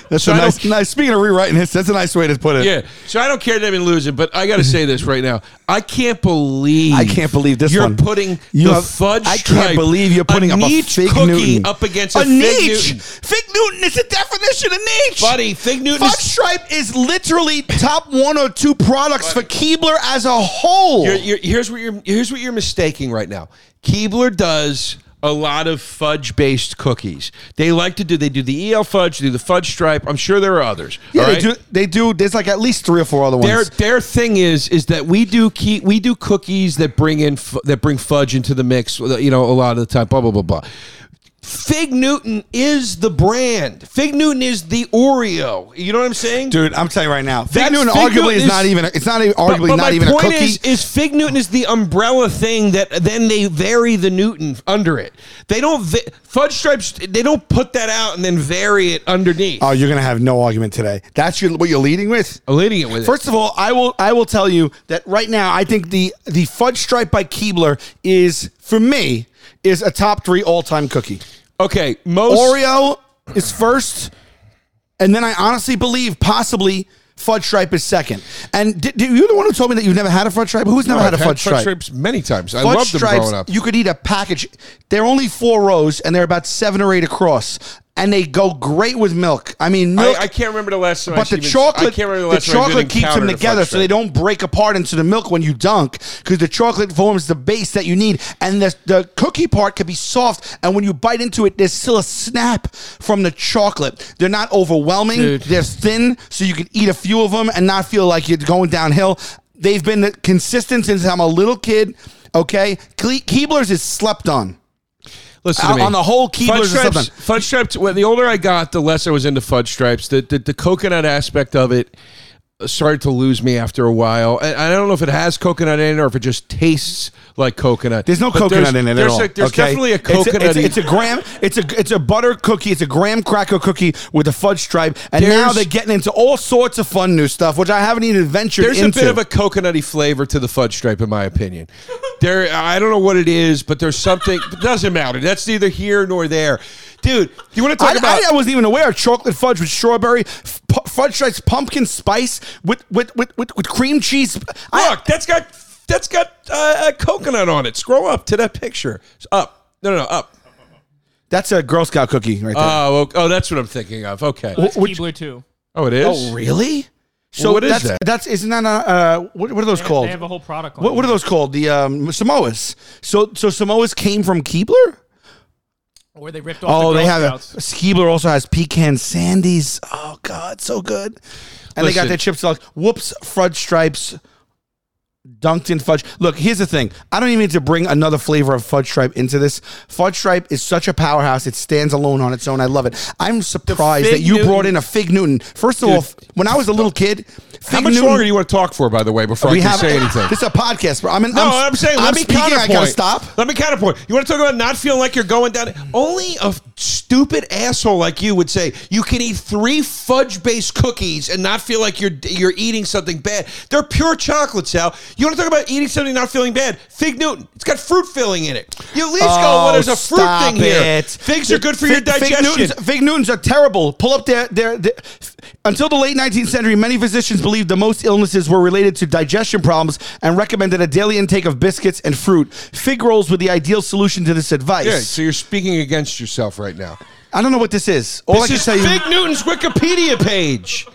Speaker 4: That's
Speaker 1: So
Speaker 4: a
Speaker 1: I
Speaker 4: nice,
Speaker 1: don't-
Speaker 4: nice. Speaking of rewriting this, that's a nice way to put it.
Speaker 1: Yeah. So I don't care that I've been losing, but I got to say this right now. I can't believe
Speaker 4: I can't believe this
Speaker 1: You're
Speaker 4: one.
Speaker 1: putting
Speaker 4: You
Speaker 1: the
Speaker 4: have-
Speaker 1: fudge.
Speaker 4: I can't
Speaker 1: stripe,
Speaker 4: believe you're putting
Speaker 1: a
Speaker 4: up a
Speaker 1: niche
Speaker 4: Fig
Speaker 1: cookie
Speaker 4: Newton.
Speaker 1: up against a,
Speaker 4: a
Speaker 1: fig
Speaker 4: niche.
Speaker 1: Newton.
Speaker 4: Fig Newton is the definition of niche.
Speaker 1: Buddy, Fig Newton
Speaker 4: Fudge
Speaker 1: is-
Speaker 4: Stripe is literally top one or two products for Keebler as a whole.
Speaker 1: You're, you're, here's what you're here's what you're mistaking right now. Keebler does a lot of fudge based cookies. They like to do they do the EL fudge, they do the fudge stripe. I'm sure there are others.
Speaker 4: yeah,
Speaker 1: all
Speaker 4: they
Speaker 1: right?
Speaker 4: do. They do. There's like at least three or four other ones.
Speaker 1: Their their thing is is that we do key, we do cookies that bring in f- that bring fudge into the mix. uh, You know, a lot of the time, blah blah blah blah. Fig Newton is the brand. Fig Newton is the Oreo. You know what I'm saying?
Speaker 4: Dude, I'm telling you right now, Fig
Speaker 1: That's-
Speaker 4: Newton
Speaker 1: Fig
Speaker 4: arguably
Speaker 1: Newton
Speaker 4: is,
Speaker 1: is-
Speaker 4: not even. It's not even,
Speaker 1: But-
Speaker 4: arguably
Speaker 1: but
Speaker 4: not
Speaker 1: my
Speaker 4: even a
Speaker 1: point
Speaker 4: cookie.
Speaker 1: Is, is Fig Newton is the umbrella thing that then they vary the Newton under it. They don't vi- fudge stripes. They don't put that out and then vary it underneath.
Speaker 4: oh, you're gonna have no argument today. That's your what you're leading with.
Speaker 1: I'm leading it with it.
Speaker 4: First of all, I will I will tell you that right now I think the the fudge stripe by Keebler is for me is a top three all time cookie.
Speaker 1: Okay, most
Speaker 4: Oreo is first, and then I honestly believe possibly fudge stripe is second. And di- di- you're the one who told me that you've never had a fudge stripe. Who's never
Speaker 1: I've
Speaker 4: had a fudge stripe?
Speaker 1: stripes many times. I
Speaker 4: Fudge
Speaker 1: loved them
Speaker 4: stripes,
Speaker 1: growing up.
Speaker 4: you could eat a package. They're only four rows, and they're about seven or eight across, and they go great with milk. I mean, milk.
Speaker 1: I, I can't remember the last time. I
Speaker 4: but the
Speaker 1: even- I
Speaker 4: chocolate,
Speaker 1: can't remember the,
Speaker 4: the
Speaker 1: last time I even
Speaker 4: chocolate keeps them
Speaker 1: encountered a
Speaker 4: together,
Speaker 1: fudge
Speaker 4: so they
Speaker 1: stripe.
Speaker 4: don't break apart into the milk when you dunk, because the chocolate forms the base that you need, and the the cookie part can be soft, and when you bite into it, there's still a snap from the chocolate. They're not overwhelming.
Speaker 1: Dude.
Speaker 4: They're thin, so you can eat a few of them and not feel like you're going downhill. They've been consistent since I'm a little kid. Okay, Kle- Keebler's is slept on.
Speaker 1: Listen to
Speaker 4: on-
Speaker 1: me.
Speaker 4: on the whole, Keebler's
Speaker 1: fudge
Speaker 4: is
Speaker 1: stripes.
Speaker 4: something.
Speaker 1: Fudge stripes. Well, the older I got, the less I was into fudge stripes. The the, the coconut aspect of it. uh, started to lose me after a while. And I don't know if it has coconut in it or if it just tastes like coconut.
Speaker 4: There's no
Speaker 1: But
Speaker 4: coconut in it
Speaker 1: there's
Speaker 4: at all.
Speaker 1: A, there's
Speaker 4: okay?
Speaker 1: definitely a
Speaker 4: It's
Speaker 1: coconut.
Speaker 4: It's, it's a graham. It's a it's a butter cookie. It's a graham cracker cookie with a fudge stripe. And now
Speaker 1: There's-
Speaker 4: they're getting into all sorts of fun new stuff, which I haven't even ventured
Speaker 1: there's
Speaker 4: into.
Speaker 1: a bit of a coconutty flavor to the fudge stripe, in my opinion. There, I don't know what it is, but there's something. It doesn't matter. That's neither here nor there, dude. You want to talk
Speaker 4: I,
Speaker 1: about?
Speaker 4: I, I wasn't even aware of chocolate fudge with strawberry, f- pu- fudge stripes, pumpkin spice with with with, with, with cream cheese. I,
Speaker 1: Look, that's got that's got uh, a coconut on it. Scroll up to that picture. Up. No, no, no, up.
Speaker 4: that's a Girl Scout cookie right there.
Speaker 1: Oh, okay. oh, that's what I'm thinking of. Okay.
Speaker 5: That's Keebler too.
Speaker 1: Oh, it is.
Speaker 4: oh, really? So
Speaker 1: what is
Speaker 4: that's,
Speaker 1: that?
Speaker 4: That's isn't that uh, uh what, what are those
Speaker 5: They-
Speaker 4: called?
Speaker 5: They have a whole product line.
Speaker 4: What, what are those called? The um, Samoas. So so Samoas came from Keebler.
Speaker 5: Where they ripped off.
Speaker 4: Oh,
Speaker 5: the
Speaker 4: they
Speaker 5: Girl
Speaker 4: have
Speaker 5: Scouts.
Speaker 4: a, Keebler also has pecan sandies. Oh God, so good. And they
Speaker 1: Listen.
Speaker 4: got their chips like whoops, fudge stripes, dunked in fudge. Look, here's the thing. I don't even need to bring another flavor of fudge stripe into this. Fudge stripe is such a powerhouse. It stands alone on its own. I love it. I'm surprised
Speaker 1: Fig
Speaker 4: that you brought
Speaker 1: Newton-
Speaker 4: in a fig Newton. First of all, f- when I was a little kid, fig
Speaker 1: How much
Speaker 4: Newton,
Speaker 1: longer do you want to talk for, by the way, before I can say anything?
Speaker 4: This is a podcast, bro. I'm in,
Speaker 1: no, I'm, saying let
Speaker 4: I'm
Speaker 1: me
Speaker 4: speaking. I
Speaker 1: counterpoint.
Speaker 4: gotta stop.
Speaker 1: Let me counterpoint. You want to talk about not feeling like you're going down? Only a f- stupid asshole like you would say you can eat three fudge-based cookies and not feel like you're you're eating something bad. They're pure chocolate, Sal. You want to talk about eating something and not feeling bad? Fig Newton. It's got fruit filling in it. You at least go,
Speaker 4: Oh,
Speaker 1: well, there's a fruit
Speaker 4: stop
Speaker 1: thing here.
Speaker 4: it.
Speaker 1: Figs are good for your
Speaker 4: Fig- Fig
Speaker 1: digestion.
Speaker 4: Newtons, Fig Newtons are terrible. Pull up their, their, their- Until the late 19th century, many physicians believed that most illnesses were related to digestion problems and recommended a daily intake of biscuits and fruit. Fig rolls were the ideal solution to this advice.
Speaker 1: yeah, so you're speaking against yourself right now.
Speaker 4: I don't know what this is. All
Speaker 1: this
Speaker 4: I can
Speaker 1: is
Speaker 4: tell you-
Speaker 1: Fig Newton's Wikipedia page.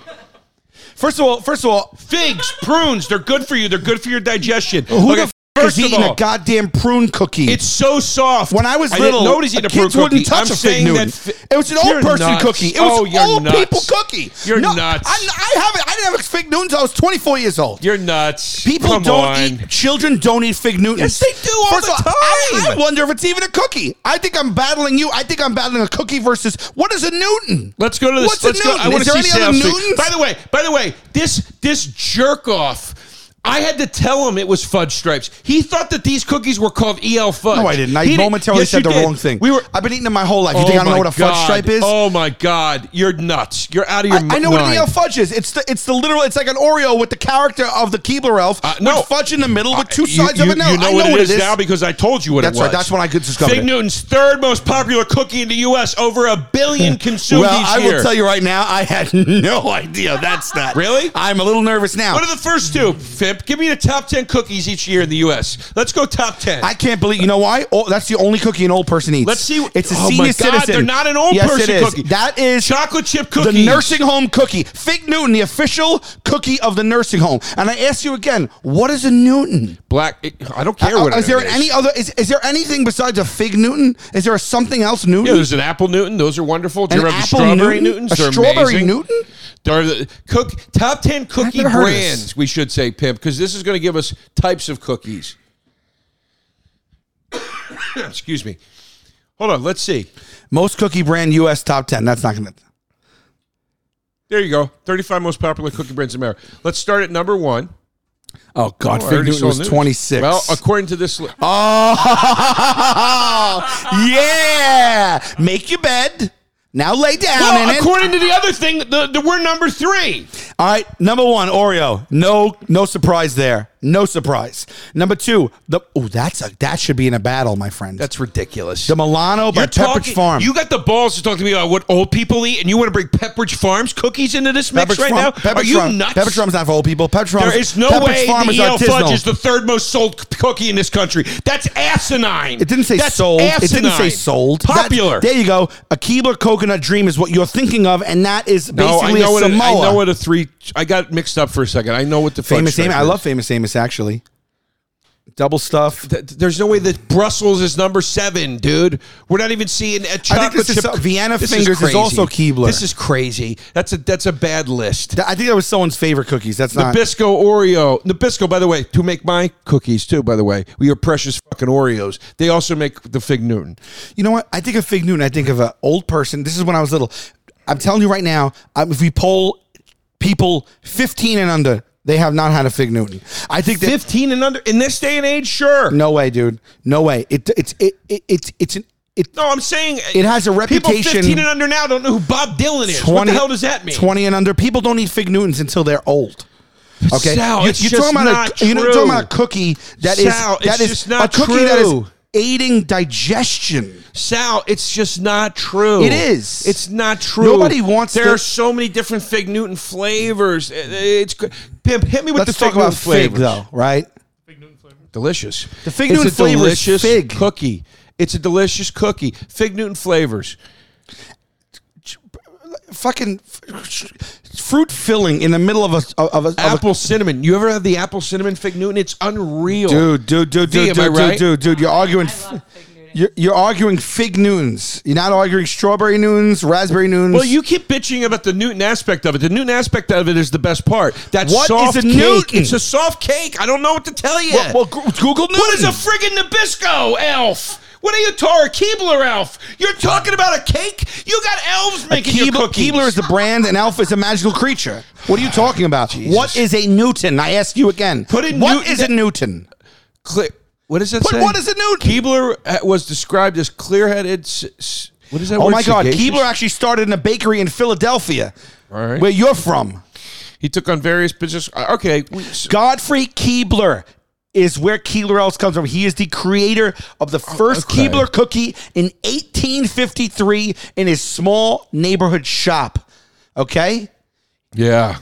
Speaker 4: First of all, first of all,
Speaker 1: Figs, prunes, they're good for you. They're good for your digestion.
Speaker 4: who
Speaker 1: Okay,
Speaker 4: the f- is
Speaker 1: first of
Speaker 4: eating a
Speaker 1: all,
Speaker 4: goddamn prune cookie?
Speaker 1: it's so soft.
Speaker 4: When I was
Speaker 1: didn't
Speaker 4: little,
Speaker 1: notice you
Speaker 4: a
Speaker 1: had
Speaker 4: kids
Speaker 1: prune
Speaker 4: wouldn't
Speaker 1: cookie. I'm
Speaker 4: touch a fig
Speaker 1: saying
Speaker 4: Newton.
Speaker 1: that fi-
Speaker 4: it was an old
Speaker 1: You're
Speaker 4: person
Speaker 1: nuts.
Speaker 4: cookie. It
Speaker 1: Oh,
Speaker 4: was
Speaker 1: you're
Speaker 4: an old
Speaker 1: nuts.
Speaker 4: people cookie.
Speaker 1: You're
Speaker 4: no,
Speaker 1: nuts.
Speaker 4: I, I haven't. I didn't have a fig Newton until I was 24 years old.
Speaker 1: You're nuts.
Speaker 4: People
Speaker 1: Come
Speaker 4: don't
Speaker 1: on.
Speaker 4: eat. Children don't eat fig Newtons.
Speaker 1: Yes, they do all
Speaker 4: First
Speaker 1: the
Speaker 4: of all, I- I,
Speaker 1: time.
Speaker 4: wonder if it's even a cookie. I think I'm battling you. I think I'm battling a cookie versus what is a Newton?
Speaker 1: Let's go to this.
Speaker 4: What's
Speaker 1: let's
Speaker 4: a
Speaker 1: go.
Speaker 4: Newton?
Speaker 1: I wanna
Speaker 4: is there
Speaker 1: see
Speaker 4: any other
Speaker 1: Sam's thing.
Speaker 4: Newtons?
Speaker 1: By the way, by the way, this this jerk off. I had to tell him it was fudge stripes. He thought that these cookies were called EL fudge.
Speaker 4: no, I didn't. I
Speaker 1: He
Speaker 4: momentarily
Speaker 1: Yes,
Speaker 4: said the
Speaker 1: you did.
Speaker 4: wrong thing.
Speaker 1: We were. Oh
Speaker 4: I've been eating them my whole life. You think I don't know
Speaker 1: my
Speaker 4: what a fudge
Speaker 1: God.
Speaker 4: stripe is?
Speaker 1: Oh my god, you're nuts. You're out of your.
Speaker 4: I, I know what an
Speaker 1: mind.
Speaker 4: E EL fudge is. It's the it's the literal. It's like an Oreo with the character of the Keebler Elf.
Speaker 1: Uh, no. Uh,
Speaker 4: with fudge in the middle with two
Speaker 1: You-
Speaker 4: sides of
Speaker 1: you-
Speaker 4: it. No,
Speaker 1: you know
Speaker 4: I know
Speaker 1: what it is, now because I told you what
Speaker 4: That's
Speaker 1: it was.
Speaker 4: right. That's when I could discover
Speaker 1: Fig
Speaker 4: it.
Speaker 1: Newton's third most popular cookie in the U.S. Over a billion consumed
Speaker 4: Hmm. well,
Speaker 1: each
Speaker 4: I
Speaker 1: year.
Speaker 4: will tell you right now, I had no idea. That's that.
Speaker 1: Really?
Speaker 4: I'm a little nervous now.
Speaker 1: What are the first two, Fip? Give me the top ten cookies each year in the U.S. Let's go top ten.
Speaker 4: I can't believe. You know why? Oh, that's the only cookie an old person eats.
Speaker 1: Let's see-
Speaker 4: It's a
Speaker 1: oh my
Speaker 4: senior
Speaker 1: God,
Speaker 4: citizen.
Speaker 1: they're not an old
Speaker 4: yes,
Speaker 1: person
Speaker 4: it is.
Speaker 1: cookie.
Speaker 4: That is
Speaker 1: Chocolate chip
Speaker 4: The
Speaker 1: cookies.
Speaker 4: nursing home cookie, Fig Newton, the official cookie of the nursing home. And I ask you again, what is a Newton?
Speaker 1: Black. I don't care
Speaker 4: Uh,
Speaker 1: what.
Speaker 4: is
Speaker 1: it
Speaker 4: there any other? Is, is there anything besides a Fig Newton? Is there a something else
Speaker 1: Yeah,
Speaker 4: Newton?
Speaker 1: there's an apple Newton. Those are wonderful. Do
Speaker 4: an
Speaker 1: you remember the
Speaker 4: apple
Speaker 1: strawberry
Speaker 4: Newton?
Speaker 1: Newtons?
Speaker 4: A
Speaker 1: They're
Speaker 4: strawberry
Speaker 1: amazing.
Speaker 4: Newton?
Speaker 1: They're the cook top ten cookie
Speaker 4: never heard of this.
Speaker 1: brands. We should say pimp because this is going to give us types of cookies. Excuse me. Hold on. Let's see.
Speaker 4: Most cookie brand U.S. top ten. That's not going to.
Speaker 1: There you go. Thirty-five most popular cookie brands in America. Let's start at number one.
Speaker 4: Oh God,
Speaker 1: Oh, I
Speaker 4: Fig
Speaker 1: already
Speaker 4: Newton
Speaker 1: saw
Speaker 4: was
Speaker 1: news.
Speaker 4: twenty six.
Speaker 1: Well, according to this, li-
Speaker 4: Oh, yeah. Make your bed. Now lay down
Speaker 1: Well,
Speaker 4: in it.
Speaker 1: according to the other thing, the, the, we're number three.
Speaker 4: All right, number one, Oreo. No, no surprise there. No surprise. Number two, the oh, that's a that should be in a battle, my friend.
Speaker 1: ridiculous.
Speaker 4: the Milano by Pepperidge Farm.
Speaker 1: You got the balls to talk to me about what old people eat, and you want to bring Pepperidge Farms cookies into this mix
Speaker 4: Pepperidge
Speaker 1: right
Speaker 4: Farm-
Speaker 1: now?
Speaker 4: Pepperidge
Speaker 1: Are you
Speaker 4: Farm-
Speaker 1: nuts?
Speaker 4: Pepperidge Farm's not for old people. Pepperidge Farm.
Speaker 1: there is no
Speaker 4: Pepperidge
Speaker 1: way
Speaker 4: Farm
Speaker 1: the
Speaker 4: is
Speaker 1: EL
Speaker 4: artisanal.
Speaker 1: Fudge is the third most sold c- cookie in this country. That's asinine.
Speaker 4: It didn't say
Speaker 1: That's
Speaker 4: sold. It didn't say
Speaker 1: asinine.
Speaker 4: sold. That-
Speaker 1: Popular.
Speaker 4: there you go. A Keebler coconut dream is what you're thinking of, and that is
Speaker 1: no, I
Speaker 4: basically
Speaker 1: know,
Speaker 4: a
Speaker 1: what a,
Speaker 4: Samoa.
Speaker 1: I know what a three. I got mixed up for a second. I know what the fudge
Speaker 4: famous
Speaker 1: stripe
Speaker 4: Amos. I
Speaker 1: is.
Speaker 4: love famous Amos actually. Double stuff.
Speaker 1: Th- There's no way that Brussels is number seven, dude. We're not even seeing a chocolate
Speaker 4: this is
Speaker 1: chip.
Speaker 4: so- Vienna Fingers is also Keebler.
Speaker 1: This is crazy. That's a that's a bad list.
Speaker 4: Th- I think that was someone's favorite cookies. That's not.
Speaker 1: Nabisco Oreo. Nabisco, by the way, to make my cookies too. By the way, we are precious fucking Oreos. They also make the Fig Newton.
Speaker 4: You know what? I think of Fig Newton. I think of an old person. This is when I was little. I'm telling you right now. Um, if we poll people 15 and under. They have not had a Fig Newton. I think that
Speaker 1: 15 and under in this day and age, sure.
Speaker 4: no way, dude. No way. It it's it, it, it's it's an it
Speaker 1: No, I'm saying
Speaker 4: It has a
Speaker 1: People
Speaker 4: reputation-
Speaker 1: 15 and under now don't know who Bob Dylan is. what the hell does that mean?
Speaker 4: 20 and under. People don't need Fig Newtons until they're old. Okay.
Speaker 1: Sal,
Speaker 4: you,
Speaker 1: it's
Speaker 4: you're
Speaker 1: just
Speaker 4: talking about
Speaker 1: not
Speaker 4: a, You're
Speaker 1: true.
Speaker 4: talking about a cookie that is
Speaker 1: Sal, it's
Speaker 4: that is
Speaker 1: just not
Speaker 4: a cookie that is
Speaker 1: true.
Speaker 4: aiding digestion.
Speaker 1: Sal, it's just not true.
Speaker 4: It is.
Speaker 1: It's not true.
Speaker 4: Nobody wants
Speaker 1: There
Speaker 4: to-
Speaker 1: are so many different Fig Newton flavors. It- It's cr- Pimp. Hit me with the
Speaker 4: Let's talk
Speaker 1: Fig Newton
Speaker 4: about fig
Speaker 1: flavors.
Speaker 4: though, right?
Speaker 1: Delicious. The Fig
Speaker 4: It's
Speaker 1: Newton
Speaker 4: a
Speaker 1: flavor is
Speaker 4: delicious
Speaker 1: fig
Speaker 4: fig.
Speaker 1: cookie. It's a delicious cookie. Fig Newton flavors.
Speaker 4: Fucking f- fruit filling in the middle of a of a, of a
Speaker 1: Apple cinnamon. You ever had the apple cinnamon Fig Newton? It's unreal.
Speaker 4: dude, dude, dude,
Speaker 1: V,
Speaker 4: dude,
Speaker 1: am I
Speaker 4: dude,
Speaker 1: right?
Speaker 4: dude, dude, dude. You're arguing. f- You're, you're arguing fig Newtons. You're not arguing strawberry Newtons, raspberry Newtons.
Speaker 1: Well, you keep bitching about the Newton aspect of it. The Newton aspect of it is the best part. That
Speaker 4: What is
Speaker 1: soft
Speaker 4: a
Speaker 1: cake.
Speaker 4: Newton?
Speaker 1: It's a soft cake. I don't know what to tell you.
Speaker 4: well, well, Goo- Google Newton.
Speaker 1: What is a friggin' Nabisco elf? What are you, Tar Keebler elf? You're talking about a cake? You got elves
Speaker 4: A
Speaker 1: making your
Speaker 4: Keebler,
Speaker 1: cookies.
Speaker 4: Keebler is the brand, and Alpha is a magical creature. What are you talking about? What is a Newton? I ask you again.
Speaker 1: Put in
Speaker 4: What
Speaker 1: Newton-
Speaker 4: is a Newton?
Speaker 1: Cle- What does that
Speaker 4: But
Speaker 1: say?
Speaker 4: what is a Newton?
Speaker 1: Keebler uh, was described as clear-headed. s- s- What is that
Speaker 4: oh
Speaker 1: word?
Speaker 4: my God!
Speaker 1: Sagacious?
Speaker 4: Keebler actually started in a bakery in Philadelphia,
Speaker 1: All right.
Speaker 4: where you're from.
Speaker 1: He took on various business. uh, Okay. we-
Speaker 4: Godfrey Keebler is where Keebler Elves comes from. He is the creator of the first
Speaker 1: Oh, okay.
Speaker 4: Keebler cookie in 1853 in his small neighborhood shop. Okay?
Speaker 1: Yeah.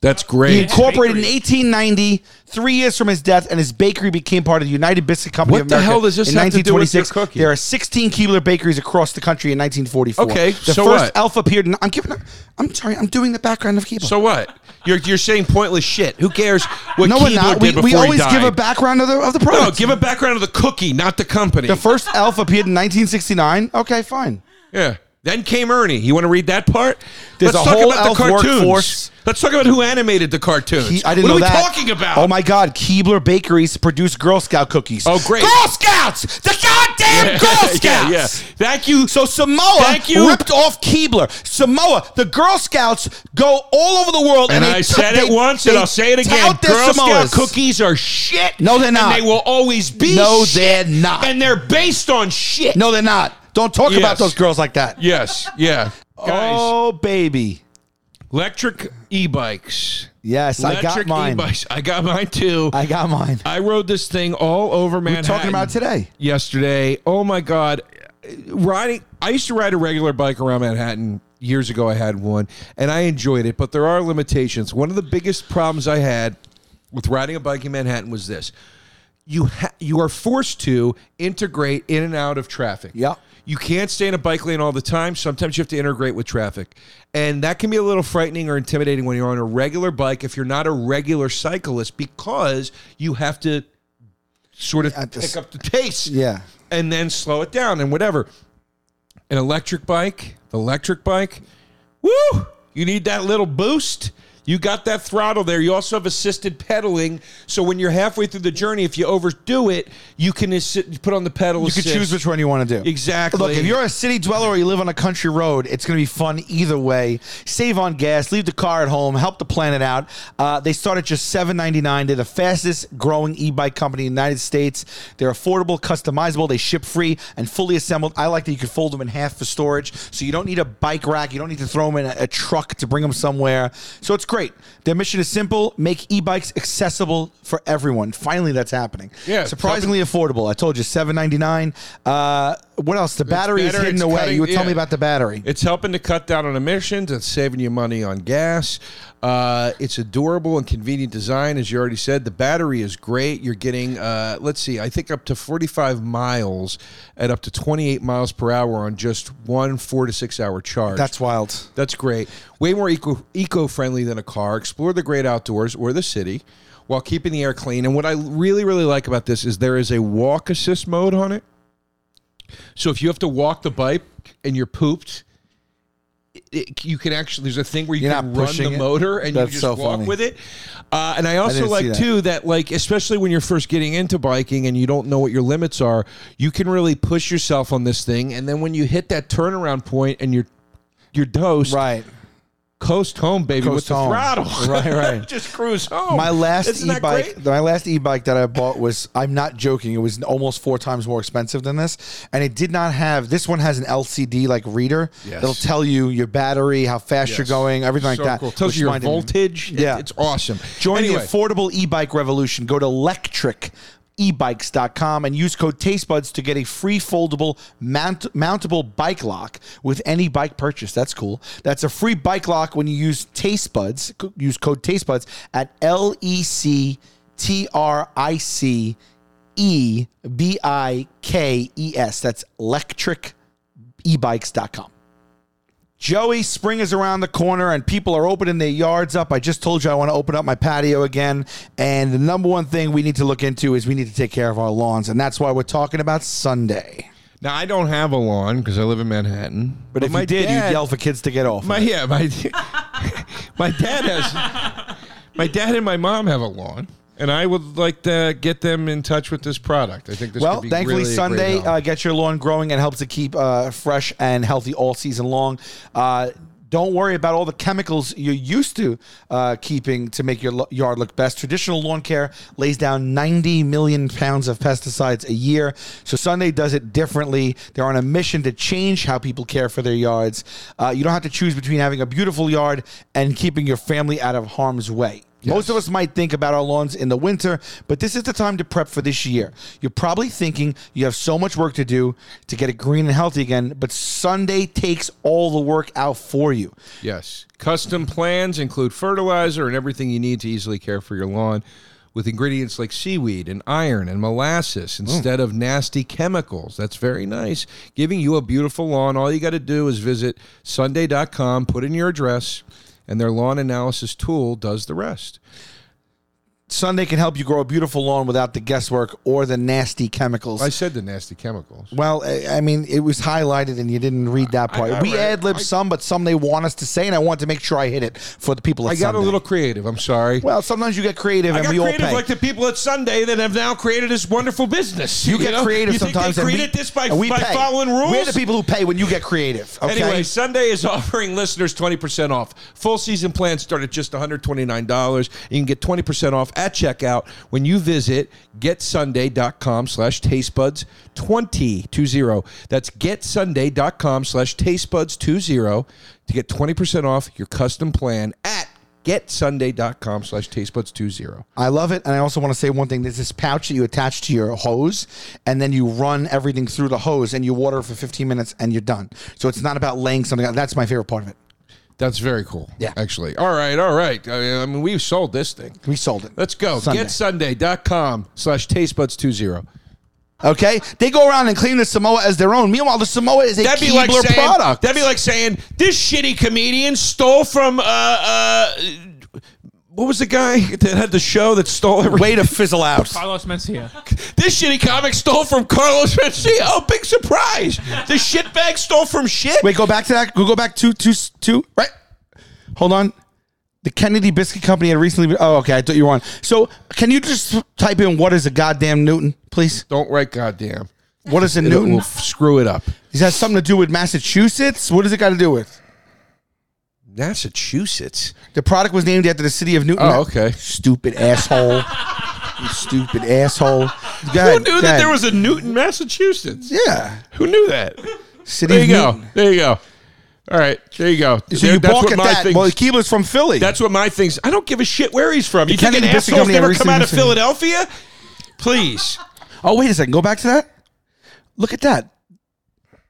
Speaker 1: That's
Speaker 4: He
Speaker 1: great.
Speaker 4: incorporated in 1890, three years from his death, and his bakery became part of the United Biscuit Company
Speaker 1: What
Speaker 4: of
Speaker 1: the
Speaker 4: America
Speaker 1: hell does this
Speaker 4: in
Speaker 1: have to do with your
Speaker 4: 1926.
Speaker 1: cookie?
Speaker 4: There are 16 Keebler bakeries across the country in 1944.
Speaker 1: Okay,
Speaker 4: the
Speaker 1: so
Speaker 4: first
Speaker 1: what?
Speaker 4: elf appeared. In, I'm giving. up- I'm sorry. I'm doing the background of Keebler.
Speaker 1: So what? You're, you're saying pointless shit. Who cares what
Speaker 4: no,
Speaker 1: Keebler
Speaker 4: we're not.
Speaker 1: did
Speaker 4: We,
Speaker 1: before
Speaker 4: we
Speaker 1: he
Speaker 4: always
Speaker 1: died?
Speaker 4: give a background of the of the product.
Speaker 1: No, give a background of the cookie, not the company.
Speaker 4: The first elf appeared in 1969. Okay, fine.
Speaker 1: Yeah. Then came Ernie. You want to read that part?
Speaker 4: There's
Speaker 1: Let's
Speaker 4: a
Speaker 1: talk
Speaker 4: whole
Speaker 1: about the
Speaker 4: elf
Speaker 1: cartoons.
Speaker 4: workforce.
Speaker 1: Let's talk about who animated the cartoons.
Speaker 4: He- I didn't
Speaker 1: what
Speaker 4: know
Speaker 1: are we
Speaker 4: that.
Speaker 1: talking about?
Speaker 4: Oh my God! Keebler Bakeries produce Girl Scout cookies.
Speaker 1: Oh, great.
Speaker 4: Girl Scouts! The goddamn
Speaker 1: Yeah,
Speaker 4: Girl Scouts!
Speaker 1: yeah, yeah. Thank you.
Speaker 4: So Samoa
Speaker 1: Thank you.
Speaker 4: ripped off Keebler. Samoa, the Girl Scouts go all over the world,
Speaker 1: and
Speaker 4: and,
Speaker 1: I
Speaker 4: they
Speaker 1: said
Speaker 4: they-
Speaker 1: it once, and
Speaker 4: they
Speaker 1: I'll say it again.
Speaker 4: tout their
Speaker 1: Girl Scout
Speaker 4: Samoas.
Speaker 1: cookies are shit.
Speaker 4: No, they're not.
Speaker 1: And they will always be.
Speaker 4: No,
Speaker 1: shit,
Speaker 4: they're not.
Speaker 1: And they're based on shit.
Speaker 4: No, they're not. Don't talk
Speaker 1: Yes.
Speaker 4: about those girls like that.
Speaker 1: Yes. Yeah. Guys,
Speaker 4: Oh baby,
Speaker 1: electric e-bikes.
Speaker 4: yes, I got
Speaker 1: Electric
Speaker 4: mine.
Speaker 1: e-bikes. I got mine too. I,
Speaker 4: I got mine.
Speaker 1: rode this thing all over
Speaker 4: We're
Speaker 1: Manhattan.
Speaker 4: talking about today.
Speaker 1: yesterday. Oh my god, riding. I used to ride a regular bike around Manhattan years ago. I had one, and I enjoyed it, but there are limitations. One of the biggest problems I had with riding a bike in Manhattan was this: you ha- you are forced to integrate in and out of traffic.
Speaker 4: Yeah.
Speaker 1: You can't stay in a bike lane all the time. Sometimes you have to integrate with traffic. And that can be a little frightening or intimidating when you're on a regular bike if you're not a regular cyclist because you have to sort of
Speaker 4: At the
Speaker 1: pick
Speaker 4: s-
Speaker 1: up the pace
Speaker 4: Yeah.
Speaker 1: and then slow it down and whatever. An electric bike, the electric bike, woo! You need that little boost. You got that throttle there. You also have assisted pedaling. So when you're halfway through the journey, if you overdo it, you can assi- put on the pedal.
Speaker 4: You can
Speaker 1: assist.
Speaker 4: choose which one you want to do.
Speaker 1: Exactly.
Speaker 4: Look, if you're a city dweller or you live on a country road, it's going to be fun either way. Save on gas, leave the car at home, help the planet out. Uh, they start at just $7.99. They're the fastest growing e-bike company in the United States. They're affordable, customizable, they ship free, and fully assembled. I like that you can fold them in half for storage, so you don't need a bike rack. You don't need to throw them in a, a truck to bring them somewhere. So it's great. Their mission is simple: make e-bikes accessible for everyone. Finally, that's happening.
Speaker 1: Yeah,
Speaker 4: surprisingly affordable. I told you, seven ninety nine. Uh, what else? The battery
Speaker 1: better,
Speaker 4: is hidden
Speaker 1: it's
Speaker 4: away.
Speaker 1: cutting-
Speaker 4: you were telling
Speaker 1: yeah.
Speaker 4: me about the battery.
Speaker 1: It's helping to cut down on emissions. It's saving you money on gas. Uh, it's a durable and convenient design, as you already said. The battery is great. You're getting, uh, let's see, I think up to 45 miles at up to 28 miles per hour on just one four to six hour charge.
Speaker 4: That's wild.
Speaker 1: That's great. Way more eco eco friendly than a car. Explore the great outdoors or the city while keeping the air clean. And what I really really like about this is there is a walk assist mode on it. So if you have to walk the bike and you're pooped, it- it, you can actually there's a thing where you
Speaker 4: You're
Speaker 1: can
Speaker 4: not
Speaker 1: run
Speaker 4: pushing
Speaker 1: the
Speaker 4: it?
Speaker 1: motor and
Speaker 4: That's
Speaker 1: you just
Speaker 4: so
Speaker 1: walk
Speaker 4: funny.
Speaker 1: with it. Uh, and I also
Speaker 4: didn't see
Speaker 1: like
Speaker 4: that.
Speaker 1: too that like especially when you're first getting into biking and you don't know what your limits are, you can really push yourself on this thing. And then when you hit that turnaround point and you're you're dosed,
Speaker 4: Right.
Speaker 1: coast home, baby,
Speaker 4: Coast
Speaker 1: with the
Speaker 4: home.
Speaker 1: throttle.
Speaker 4: Right, right.
Speaker 1: Just cruise home.
Speaker 4: My last
Speaker 1: Oh, Isn't that
Speaker 4: e-bike,
Speaker 1: great?
Speaker 4: my last e-bike that I bought was I'm not joking, it was almost 4 times more expensive than this, and it did not have this one has an LCD like reader
Speaker 1: Yes.
Speaker 4: that'll tell you your battery, how fast you're
Speaker 1: Yes.
Speaker 4: going, everything
Speaker 1: so
Speaker 4: like that.
Speaker 1: Cool. Tells
Speaker 4: which
Speaker 1: you your
Speaker 4: mine didn't.
Speaker 1: voltage. It-
Speaker 4: Yeah.
Speaker 1: it's awesome.
Speaker 4: Join
Speaker 1: anyway,
Speaker 4: the affordable e-bike revolution. Go to electric e ebikes.com and use code tastebuds to get a free foldable mount, mountable bike lock with any bike purchase that's cool that's a free bike lock when you use tastebuds C- use code tastebuds at E l-e-c-t-r-i-c E e-b-i-k-e-s E that's electric e ebikes.com Joey, spring is around the corner and people are opening their yards up. I just told you I want to open up my patio again. And the number one thing we need to look into is we need to take care of our lawns. And that's why we're talking about Sunday.
Speaker 1: now I don't have a lawn because I live in Manhattan.
Speaker 4: But, if
Speaker 1: my
Speaker 4: you did,
Speaker 1: dad-
Speaker 4: you'd yell for kids to get off.
Speaker 1: My yeah, my my dad has my dad and my mom have a lawn, and I would like to get them in touch with this product. I think this
Speaker 4: well,
Speaker 1: could be
Speaker 4: thankfully,
Speaker 1: really a great
Speaker 4: Sunday
Speaker 1: help.
Speaker 4: uh, gets your lawn growing and helps it keep uh, fresh and healthy all season long. Uh, don't worry about all the chemicals you're used to uh, keeping to make your lo- yard look best. Traditional lawn care lays down 90 million pounds of pesticides a year. So Sunday does it differently. They're on a mission to change how people care for their yards. Uh, you don't have to choose between having a beautiful yard and keeping your family out of harm's way. Most of us might think about our lawns in the winter, but this is the time to prep for this year. You're probably thinking you have so much work to do to get it green and healthy again, but Sunday takes all the work out for you.
Speaker 1: Yes. Custom plans include fertilizer and everything you need to easily care for your lawn with ingredients like seaweed and iron and molasses instead of nasty chemicals. That's very nice. Giving you a beautiful lawn. All you got to do is visit sunday.com, put in your address, and their lawn analysis tool does the rest.
Speaker 4: Sunday can help you grow a beautiful lawn without the guesswork or the nasty chemicals.
Speaker 1: I said the nasty chemicals.
Speaker 4: well, I I mean, it was highlighted and you didn't read that part.
Speaker 1: I- I
Speaker 4: we
Speaker 1: read-
Speaker 4: ad lib some, but some they want us to say, and I want to make sure I hit it for the people. At
Speaker 1: I got a
Speaker 4: Sunday.
Speaker 1: little creative. I'm sorry.
Speaker 4: Well, sometimes you get creative,
Speaker 1: I
Speaker 4: and
Speaker 1: got
Speaker 4: we all
Speaker 1: creative
Speaker 4: pay.
Speaker 1: like the people at Sunday that have now created this wonderful business.
Speaker 4: you get
Speaker 1: know?
Speaker 4: creative
Speaker 1: you think
Speaker 4: sometimes.
Speaker 1: They
Speaker 4: and we-
Speaker 1: created this by,
Speaker 4: and we
Speaker 1: by
Speaker 4: pay.
Speaker 1: following rules.
Speaker 4: We're the people who pay when you get creative. Okay?
Speaker 1: Anyway, Sunday is offering listeners 20% off. Full season plans start at just $129. You can get 20% off at checkout when you visit getsunday.com slash tastebuds20. 20. That's getsunday.com slash tastebuds20 to get 20% off your custom plan at getsunday.com slash tastebuds20.
Speaker 4: I love it. And I also want to say one thing. There's this pouch that you attach to your hose, and then you run everything through the hose and you water for 15 minutes and you're done. So it's not about laying something out. That's my favorite part of it.
Speaker 1: That's very cool.
Speaker 4: Yeah.
Speaker 1: Actually. All right. All right. I I mean, we've sold this thing.
Speaker 4: We sold it.
Speaker 1: Let's go.
Speaker 4: Sunday.
Speaker 1: Getsunday.com slash tastebuds20.
Speaker 4: Okay? They go around and clean the Samoa as their own. Meanwhile, the Samoa is a
Speaker 1: That'd be
Speaker 4: Keebler
Speaker 1: like saying,
Speaker 4: product.
Speaker 1: That'd be like saying this shitty comedian stole from uh, uh, what was the guy that had the show that stole every?
Speaker 4: Way to fizzle out.
Speaker 5: Carlos Mencia.
Speaker 1: This shitty comic stole from Carlos Mencia. Oh, big surprise! The shitbag stole from shit.
Speaker 4: Wait, go back to that. Go go back to two two right. Hold on. The Kennedy Biscuit Company had recently. Been, oh, okay. I thought you were on. So, can you just type in what is a goddamn Newton, please?
Speaker 1: Don't write goddamn.
Speaker 4: What is a
Speaker 1: It
Speaker 4: Newton?
Speaker 1: will f- screw it up.
Speaker 4: Is that something to do with Massachusetts? What does it got to do with?
Speaker 1: Massachusetts.
Speaker 4: The product was named after the city of Newton.
Speaker 1: Oh, okay.
Speaker 4: Stupid asshole. you stupid asshole. Go ahead,
Speaker 1: Who knew
Speaker 4: go
Speaker 1: that
Speaker 4: ahead.
Speaker 1: there was a Newton, Massachusetts?
Speaker 4: Yeah.
Speaker 1: Who knew that?
Speaker 4: City
Speaker 1: There you
Speaker 4: of
Speaker 1: go.
Speaker 4: Newton.
Speaker 1: There you go. All right. There you go.
Speaker 4: So you balk at that. Well, Keebler's from Philly.
Speaker 1: That's what my thing's. I don't give a shit where he's from. You think an
Speaker 4: Kennedy Biscuit
Speaker 1: asshole's
Speaker 4: Company
Speaker 1: never
Speaker 4: ever
Speaker 1: come out of
Speaker 4: seen this thing?
Speaker 1: Philadelphia? Please.
Speaker 4: Oh, wait a second. Go back to that. Look at that.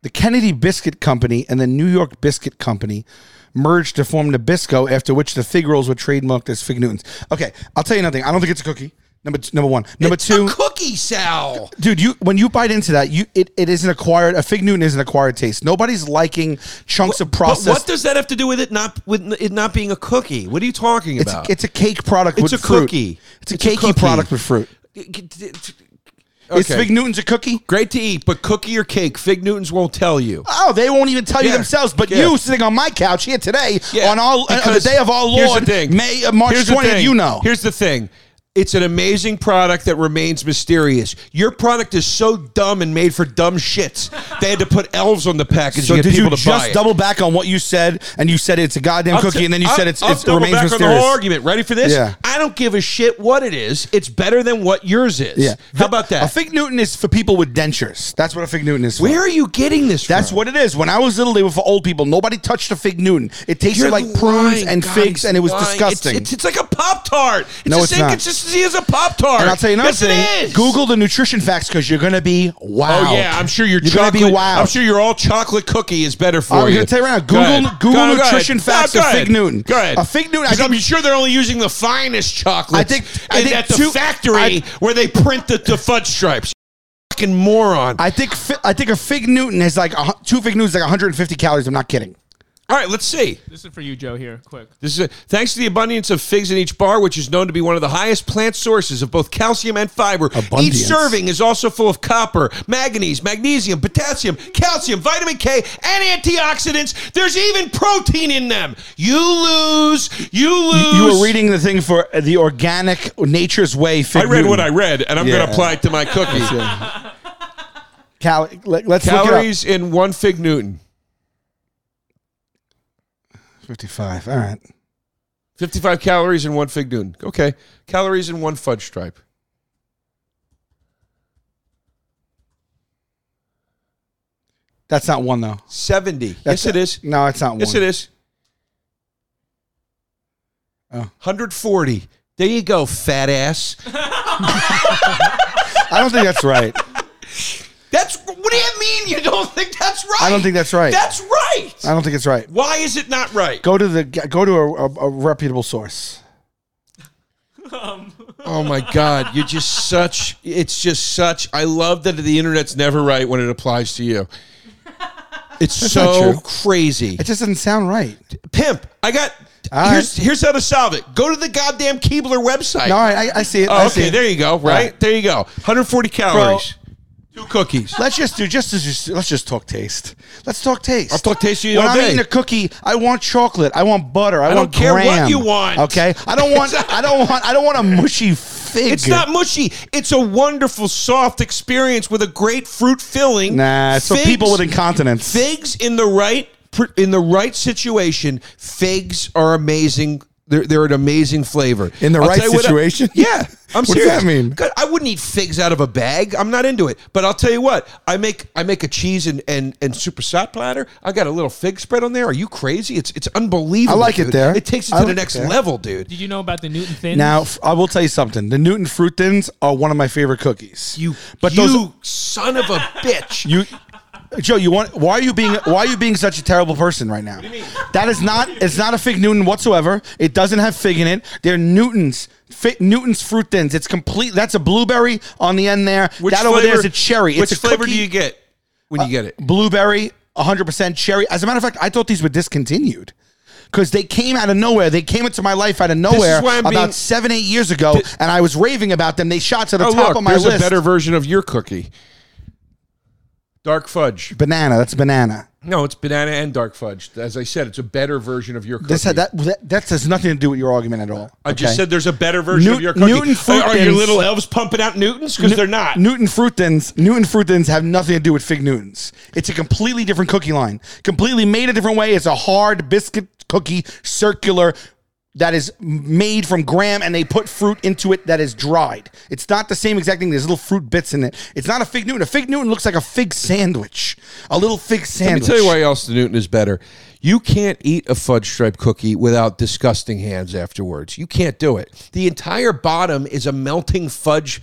Speaker 4: The Kennedy Biscuit Company and the New York Biscuit Company merged to form Nabisco, after which the fig rolls were trademarked as Fig Newtons. Okay, I'll tell you nothing. I don't think it's a cookie. Number t- number one. Number two.
Speaker 1: cookie, Sal.
Speaker 4: Dude, you when you bite into that, you it, it is an acquired a fig Newton is an acquired taste. Nobody's liking chunks of processed.
Speaker 1: But what does that have to do with it not with it not being a cookie? What are you talking
Speaker 4: it's a,
Speaker 1: about?
Speaker 4: it's a cake product
Speaker 1: It's
Speaker 4: with
Speaker 1: a
Speaker 4: fruit.
Speaker 1: cookie.
Speaker 4: It's a
Speaker 1: It's a
Speaker 4: cakey
Speaker 1: cookie.
Speaker 4: product with fruit. Is
Speaker 1: okay.
Speaker 4: Fig Newton's a cookie?
Speaker 1: Great to eat, but cookie or cake, Fig Newtons won't tell you.
Speaker 4: Oh, they won't even tell you
Speaker 1: Yeah.
Speaker 4: themselves. But
Speaker 1: Yeah.
Speaker 4: you sitting on my couch here today
Speaker 1: Yeah,
Speaker 4: on all on the
Speaker 1: because
Speaker 4: day of our
Speaker 1: here's the
Speaker 4: Lord,
Speaker 1: thing.
Speaker 4: May uh, March
Speaker 1: Here's the
Speaker 4: twentieth.
Speaker 1: thing.
Speaker 4: You know,
Speaker 1: Here's the thing. It's an amazing product that remains mysterious. Your product is so dumb and made for dumb shits. They had to put elves on the package to
Speaker 4: So
Speaker 1: get
Speaker 4: did
Speaker 1: people
Speaker 4: you
Speaker 1: to buy
Speaker 4: just
Speaker 1: it.
Speaker 4: double back on what you said, and you said it's a goddamn
Speaker 1: I'll
Speaker 4: cookie,
Speaker 1: t-
Speaker 4: and then you
Speaker 1: I'll-
Speaker 4: said it's,
Speaker 1: I'll
Speaker 4: it's it
Speaker 1: double
Speaker 4: remains
Speaker 1: back
Speaker 4: mysterious.
Speaker 1: on the whole argument. Ready for this?
Speaker 4: Yeah.
Speaker 1: I don't give a shit what it is. It's better than what yours is.
Speaker 4: Yeah.
Speaker 1: How about
Speaker 4: A
Speaker 1: that?
Speaker 4: fig Newton is for people with dentures. That's what a fig Newton is. For.
Speaker 1: Where are you getting this?
Speaker 4: That's
Speaker 1: from?
Speaker 4: what it is. When I was little, they were for old people. Nobody touched a fig Newton. It tasted
Speaker 1: You're
Speaker 4: like prunes
Speaker 1: lying,
Speaker 4: and
Speaker 1: God,
Speaker 4: figs,
Speaker 1: he's
Speaker 4: and it was
Speaker 1: lying. It's-
Speaker 4: disgusting.
Speaker 1: It's, it's like a pop tart. It's
Speaker 4: No,
Speaker 1: the
Speaker 4: it's
Speaker 1: same
Speaker 4: not.
Speaker 1: consistency as a pop tart.
Speaker 4: and I'll tell you another
Speaker 1: yes, It
Speaker 4: thing.
Speaker 1: is.
Speaker 4: Google the nutrition facts because you're gonna be wow.
Speaker 1: Oh yeah, I'm sure your
Speaker 4: you're
Speaker 1: chocolate.
Speaker 4: gonna be wow.
Speaker 1: I'm sure your all chocolate cookie is better for
Speaker 4: I'm
Speaker 1: you.
Speaker 4: gonna tell you right now.
Speaker 1: Go
Speaker 4: Google
Speaker 1: ahead.
Speaker 4: Google
Speaker 1: Go- go
Speaker 4: nutrition
Speaker 1: ahead.
Speaker 4: facts
Speaker 1: No,
Speaker 4: of
Speaker 1: go
Speaker 4: fig
Speaker 1: ahead.
Speaker 4: Newton.
Speaker 1: Go ahead.
Speaker 4: A fig Newton. I
Speaker 1: Because I'm
Speaker 4: think
Speaker 1: sure they're only using the finest chocolate.
Speaker 4: I think- I think
Speaker 1: at the
Speaker 4: two-
Speaker 1: factory
Speaker 4: I-
Speaker 1: where they print the, the fudge stripes. Fucking moron.
Speaker 4: I think fi- I think a fig Newton has like a, hu- two fig Newtons like 150 calories. I'm not kidding.
Speaker 1: All right, let's see.
Speaker 5: This is for you, Joe. Here, quick.
Speaker 1: This is a, thanks to the abundance of figs in each bar, which is known to be one of the highest plant sources of both calcium and fiber.
Speaker 4: Abundance.
Speaker 1: Each serving is also full of copper, manganese, magnesium, potassium, calcium, vitamin K, and antioxidants. There's even protein in them. You lose. You
Speaker 4: You,
Speaker 1: lose.
Speaker 4: you were rereading the thing for uh, the organic Nature's Way fig.
Speaker 1: I read
Speaker 4: Newton.
Speaker 1: what I read, and I'm going
Speaker 4: Yeah.
Speaker 1: to apply it to my cookie.
Speaker 4: Cal- let, us
Speaker 1: Calories in one fig Newton.
Speaker 4: look it up. 55. All right.
Speaker 1: 55 calories in one fig Newton. Okay. Calories in one fudge stripe.
Speaker 4: That's not one though.
Speaker 1: 70.
Speaker 4: That's
Speaker 1: yes, it is.
Speaker 4: No, it's not one.
Speaker 1: Yes, it is.
Speaker 4: Oh.
Speaker 1: 140. There you go, fat ass.
Speaker 4: I don't think that's right.
Speaker 1: That's what do you mean you don't think that's right?
Speaker 4: I don't think that's right.
Speaker 1: That's right.
Speaker 4: I don't think it's right.
Speaker 1: Why is it not right?
Speaker 4: Go to the go to a, a, a reputable source.
Speaker 1: Oh my God, you're just such. It's just such. I love that the internet's never right when it applies to you. It's
Speaker 4: not
Speaker 1: so
Speaker 4: true.
Speaker 1: crazy.
Speaker 4: It just doesn't sound right.
Speaker 1: Pimp, I got.
Speaker 4: All
Speaker 1: here's here's how to solve it. Go to the goddamn Keebler website.
Speaker 4: No, all right, I, I see it.
Speaker 1: Oh,
Speaker 4: I see
Speaker 1: okay,
Speaker 4: it.
Speaker 1: there you go. Right?
Speaker 4: Right.
Speaker 1: there you go. 140 calories, two cookies.
Speaker 4: Let's just do just, just let's just talk taste. Let's talk taste.
Speaker 1: I'll talk taste to you
Speaker 4: When
Speaker 1: all
Speaker 4: I'm
Speaker 1: day.
Speaker 4: eating a cookie, I want chocolate. I want butter. I,
Speaker 1: don't
Speaker 4: want
Speaker 1: care what
Speaker 4: graham,
Speaker 1: you want.
Speaker 4: Okay. I don't want. I don't want. I don't want a mushy fig.
Speaker 1: It's not mushy. It's a wonderful, soft experience with a great fruit filling.
Speaker 4: Nah. It's for
Speaker 1: Figs-
Speaker 4: people with incontinence.
Speaker 1: figs in the right pr- in the right situation. Figs are amazing. They're, they're an amazing flavor.
Speaker 4: In the
Speaker 1: I'll
Speaker 4: right
Speaker 1: tell you what I-
Speaker 4: situation?
Speaker 1: yeah. I'm
Speaker 4: What does
Speaker 1: serious.
Speaker 4: that mean?
Speaker 1: God, I wouldn't eat figs out of a bag. I'm not into it. But I'll tell you what. I make I make a cheese and and and super sot platter. I got a little fig spread on there. Are you crazy? It's it's unbelievable.
Speaker 4: I like it
Speaker 1: dude.
Speaker 4: there.
Speaker 1: It takes it to
Speaker 4: I
Speaker 1: the
Speaker 4: like it
Speaker 1: next
Speaker 4: there.
Speaker 1: level, dude.
Speaker 5: Did you know about the Newton Thins?
Speaker 4: Now f- I will tell you something. The Newton fruit thins are one of my favorite cookies.
Speaker 1: You
Speaker 4: but
Speaker 1: you
Speaker 4: those
Speaker 1: son of a bitch.
Speaker 4: you. Joe, you want why are you being why are you being such a terrible person right now? That is not it's not a fig Newton whatsoever. It doesn't have fig in it. They're Newtons, fi, Newtons fruit thins. It's complete. That's a blueberry on the end there.
Speaker 1: Which
Speaker 4: that over there is
Speaker 1: flavor-
Speaker 4: a cherry.
Speaker 1: Which
Speaker 4: it's a
Speaker 1: flavor
Speaker 4: cookie,
Speaker 1: do you get when you get it?
Speaker 4: Blueberry, 100 percent cherry. As a matter of fact, I thought these were discontinued because they came out of nowhere. They came into my life out of nowhere
Speaker 1: why I'm
Speaker 4: about
Speaker 1: being-
Speaker 4: seven eight years ago, and I was raving about them. They shot to the
Speaker 1: oh,
Speaker 4: top
Speaker 1: look,
Speaker 4: of my
Speaker 1: there's
Speaker 4: list.
Speaker 1: a better version of your cookie. Dark fudge.
Speaker 4: banana. That's banana.
Speaker 1: No, it's banana and dark fudge. As I said, it's a better version of your cookie.
Speaker 4: This had, that, that that has nothing to do with your argument at all.
Speaker 1: I just
Speaker 4: okay?
Speaker 1: said there's a better version
Speaker 4: Newt-
Speaker 1: of your cookie.
Speaker 4: Newton
Speaker 1: are, are your
Speaker 4: Fruitins-
Speaker 1: little elves pumping out Newtons? Because
Speaker 4: Nu-
Speaker 1: they're not.
Speaker 4: Newton fruit thins. Newton fruit thins have nothing to do with fig Newtons. It's a completely different cookie line. Completely made a different way. It's a hard biscuit cookie, circular. That is made from graham, and they put fruit into it that is dried. It's not the same exact thing. There's little fruit bits in it. It's not a fig Newton. A fig Newton looks like a fig sandwich, a little
Speaker 1: Let
Speaker 4: fig
Speaker 1: me
Speaker 4: sandwich.
Speaker 1: tell you why else the Newton is better. You can't eat a fudge stripe cookie without disgusting hands afterwards. You can't do it. The entire bottom is a melting fudge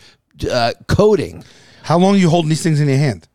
Speaker 1: uh, coating.
Speaker 4: How long are you holding these things in your hand?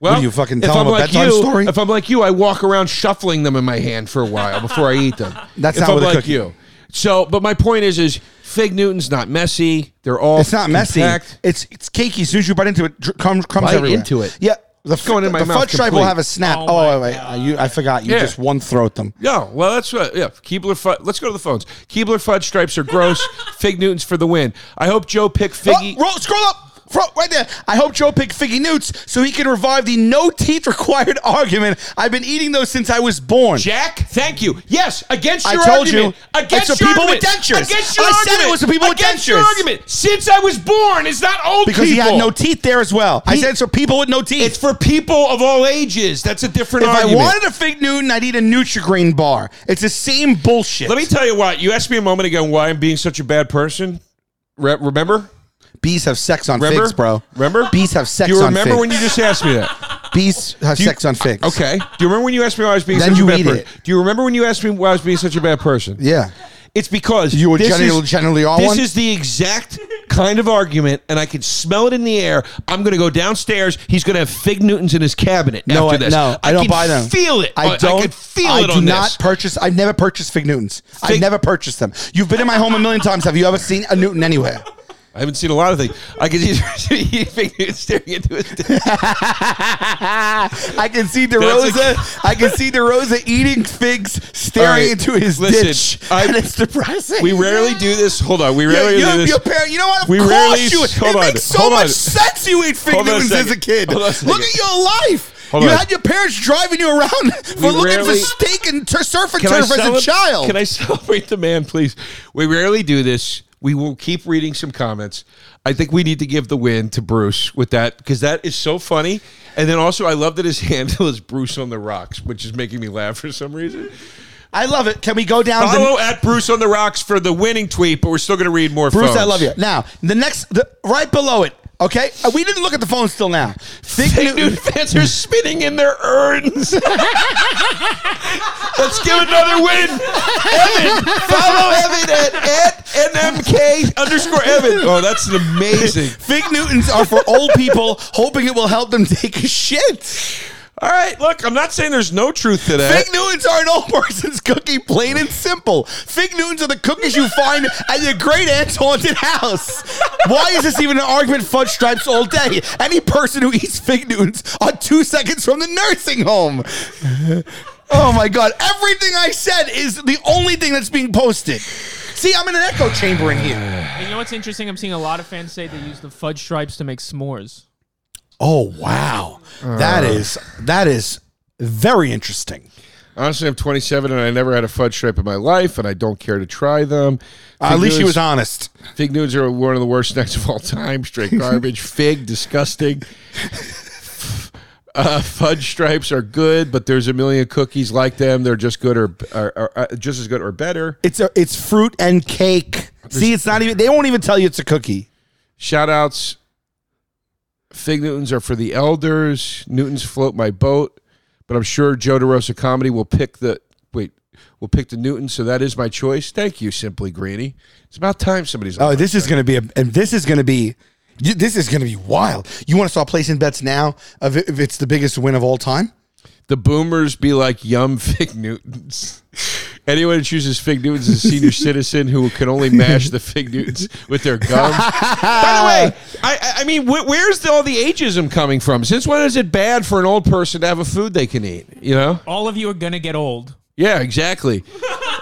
Speaker 1: Well,
Speaker 4: What are you, fucking
Speaker 1: if
Speaker 4: tell
Speaker 1: I'm
Speaker 4: them a
Speaker 1: like
Speaker 4: bedtime
Speaker 1: you,
Speaker 4: story?
Speaker 1: If I'm like you, I walk around shuffling them in my hand for a while before I eat them.
Speaker 4: That's
Speaker 1: if
Speaker 4: not
Speaker 1: I'm
Speaker 4: with a
Speaker 1: like
Speaker 4: cookie.
Speaker 1: you. So, but my point is, is Fig Newton's not messy. They're all
Speaker 4: It's not messy.
Speaker 1: compact.
Speaker 4: It's it's cakey. As soon as you bite into it, dr- cum, comes
Speaker 1: Bite
Speaker 4: everywhere.
Speaker 1: into it.
Speaker 4: Yeah. The,
Speaker 1: It's going in
Speaker 4: the-
Speaker 1: my
Speaker 4: the
Speaker 1: mouth
Speaker 4: fudge stripe will
Speaker 1: complete.
Speaker 4: have a snap.
Speaker 5: Oh
Speaker 4: Oh,
Speaker 5: my
Speaker 4: wait, uh, you, I forgot. You
Speaker 1: Yeah.
Speaker 4: just one throat them.
Speaker 1: No, well, that's what. Yeah, Keebler. Fudge, let's go to the phones. Keebler fudge stripes are gross. Fig Newtons for the win. I hope Joe picked Figgy.
Speaker 4: Oh, roll, scroll up. Bro, right there. I hope Joe picked Figgy Newts so he can revive the no teeth required argument. I've been eating those since I was born.
Speaker 1: Jack, thank you. Yes, against
Speaker 4: I
Speaker 1: your
Speaker 4: told
Speaker 1: argument.
Speaker 4: you,
Speaker 1: Against
Speaker 4: it's the
Speaker 1: your
Speaker 4: people
Speaker 1: argument.
Speaker 4: with dentures.
Speaker 1: Against your
Speaker 4: I
Speaker 1: argument.
Speaker 4: said it was the people with
Speaker 1: against your
Speaker 4: dentures.
Speaker 1: argument. Since I was born, it's not old
Speaker 4: because he
Speaker 1: people.
Speaker 4: had no teeth there as well. I
Speaker 1: He-
Speaker 4: said so people with no teeth.
Speaker 1: It's for people of all ages. That's a different
Speaker 4: if
Speaker 1: argument.
Speaker 4: I wanted a fig Newton, I'd eat a Nutri-Grain bar. It's the same bullshit.
Speaker 1: Let me tell you what. You asked me a moment ago why I'm being such a bad person. Re- remember?
Speaker 4: bees have sex on
Speaker 1: Remember?
Speaker 4: figs, bro.
Speaker 1: Remember?
Speaker 4: Bees have sex
Speaker 1: Do you
Speaker 4: on
Speaker 1: remember
Speaker 4: figs.
Speaker 1: when you just asked me that?
Speaker 4: bees have
Speaker 1: Do you-
Speaker 4: sex on figs.
Speaker 1: Okay. Do you remember when you asked me why I was being
Speaker 4: Then
Speaker 1: such
Speaker 4: you
Speaker 1: a bad
Speaker 4: eat
Speaker 1: person?
Speaker 4: it.
Speaker 1: Do you remember when you asked me why I was being such a bad person?
Speaker 4: Yeah.
Speaker 1: It's because
Speaker 4: You were
Speaker 1: this
Speaker 4: generally-
Speaker 1: is,
Speaker 4: generally on
Speaker 1: This
Speaker 4: one?
Speaker 1: is the exact kind of argument, and I can smell it in the air. I'm going to go downstairs. He's going to have fig Newtons in his cabinet
Speaker 4: No,
Speaker 1: after
Speaker 4: I,
Speaker 1: this.
Speaker 4: no, I, don't
Speaker 1: can
Speaker 4: buy them.
Speaker 1: Feel it.
Speaker 4: I don't.
Speaker 1: I can feel
Speaker 4: I
Speaker 1: it
Speaker 4: do
Speaker 1: on
Speaker 4: not
Speaker 1: this.
Speaker 4: purchase. I've never purchased fig Newtons.
Speaker 1: Fig-
Speaker 4: I've never purchased them. You've been in my home a million times. Have you ever seen a Newton anywhere?
Speaker 1: I haven't seen a lot of things. I can see fig Newtons staring into his.
Speaker 4: I can see
Speaker 1: That's a-
Speaker 4: DeRosa. I can see DeRosa eating figs,
Speaker 1: All
Speaker 4: staring
Speaker 1: right,
Speaker 4: into his
Speaker 1: listen,
Speaker 4: ditch,
Speaker 1: I-
Speaker 4: and it's depressing.
Speaker 1: We rarely do this. Hold on. We
Speaker 4: Yeah,
Speaker 1: rarely
Speaker 4: you,
Speaker 1: do this.
Speaker 4: your parent- you know what? Of
Speaker 1: We
Speaker 4: course
Speaker 1: rarely-
Speaker 4: you.
Speaker 1: hold
Speaker 4: it
Speaker 1: on,
Speaker 4: makes so
Speaker 1: hold
Speaker 4: much
Speaker 1: on.
Speaker 4: sense. You eat fig
Speaker 1: Hold on a
Speaker 4: Newtons as a
Speaker 1: second.
Speaker 4: kid.
Speaker 1: Hold on a
Speaker 4: Look
Speaker 1: second.
Speaker 4: at your life.
Speaker 1: Hold
Speaker 4: you
Speaker 1: on.
Speaker 4: had your parents driving you around for
Speaker 1: We
Speaker 4: looking
Speaker 1: rarely-
Speaker 4: for steak and tur surf and
Speaker 1: Can I
Speaker 4: turf as a
Speaker 1: cele-
Speaker 4: child.
Speaker 1: Can I celebrate the man, please? We rarely do this. We will keep reading some comments. I think we need to give the win to Bruce with that because that is so funny. And then also, I love that his handle is Bruce on the Rocks, which is making me laugh for some reason.
Speaker 4: I love it. Can we go down? the-
Speaker 1: Follow at Bruce on the Rocks for the winning tweet, but we're still going to read more.
Speaker 4: Bruce,
Speaker 1: phones.
Speaker 4: I love you. Now, the next, the, right below it, okay? Uh, We didn't look at the phone still now. Fig
Speaker 1: Fake
Speaker 4: Newton-
Speaker 1: nude fans are spinning in their urns. Let's give another win. Evan, follow Evan at, at NMK underscore Evan. Oh, that's amazing.
Speaker 4: Fig Newtons are for old people hoping it will help them take a shit.
Speaker 1: All right, look, I'm not saying there's no truth to that.
Speaker 4: Fig Newtons are an old person's cookie, plain and simple. Fig Newtons are the cookies you find at your great aunt's haunted house. Why is this even an argument? Fudge stripes all day. Any person who eats Fig Newtons are two seconds from the nursing home. Oh my God. Everything I said is the only thing that's being posted. See, I'm in an echo chamber in here.
Speaker 5: And you know what's interesting? I'm seeing a lot of fans say they use the fudge stripes to make s'mores.
Speaker 4: Oh, wow. That is, that is very interesting.
Speaker 1: Honestly, I'm 27 and I never had a fudge stripe in my life, and I don't care to try them.
Speaker 4: at least she was honest.
Speaker 1: Fig nudes are one of the worst snacks of all time. Straight garbage. Fig, disgusting. Uh, fudge stripes are good, but there's a million cookies like them. They're just good or, or, or uh, just as good or better.
Speaker 4: It's a, it's fruit and cake. See, it's not even. They won't even tell you it's a cookie.
Speaker 1: Shout outs. Fig Newtons are for the elders. Newtons float my boat, but I'm sure Joe DeRosa comedy will pick the wait. Will pick the Newtons, so that is my choice. Thank you, Simply Greeny. It's about time somebody's. on
Speaker 4: Oh,
Speaker 1: my
Speaker 4: this is
Speaker 1: side.
Speaker 4: gonna be a. And this is gonna be. you- This is gonna be wild. You want to start placing bets now? Of if it's the biggest win of all time.
Speaker 1: The boomers be like yum fig Newtons. Anyone who chooses fig Newtons is a senior citizen who can only mash the fig Newtons with their gum. By the way, I, I- I mean, wh- where's the, all the ageism coming from? Since when is it bad for an old person to have a food they can eat? You know?
Speaker 5: All of you are gonna get old.
Speaker 1: Yeah, exactly,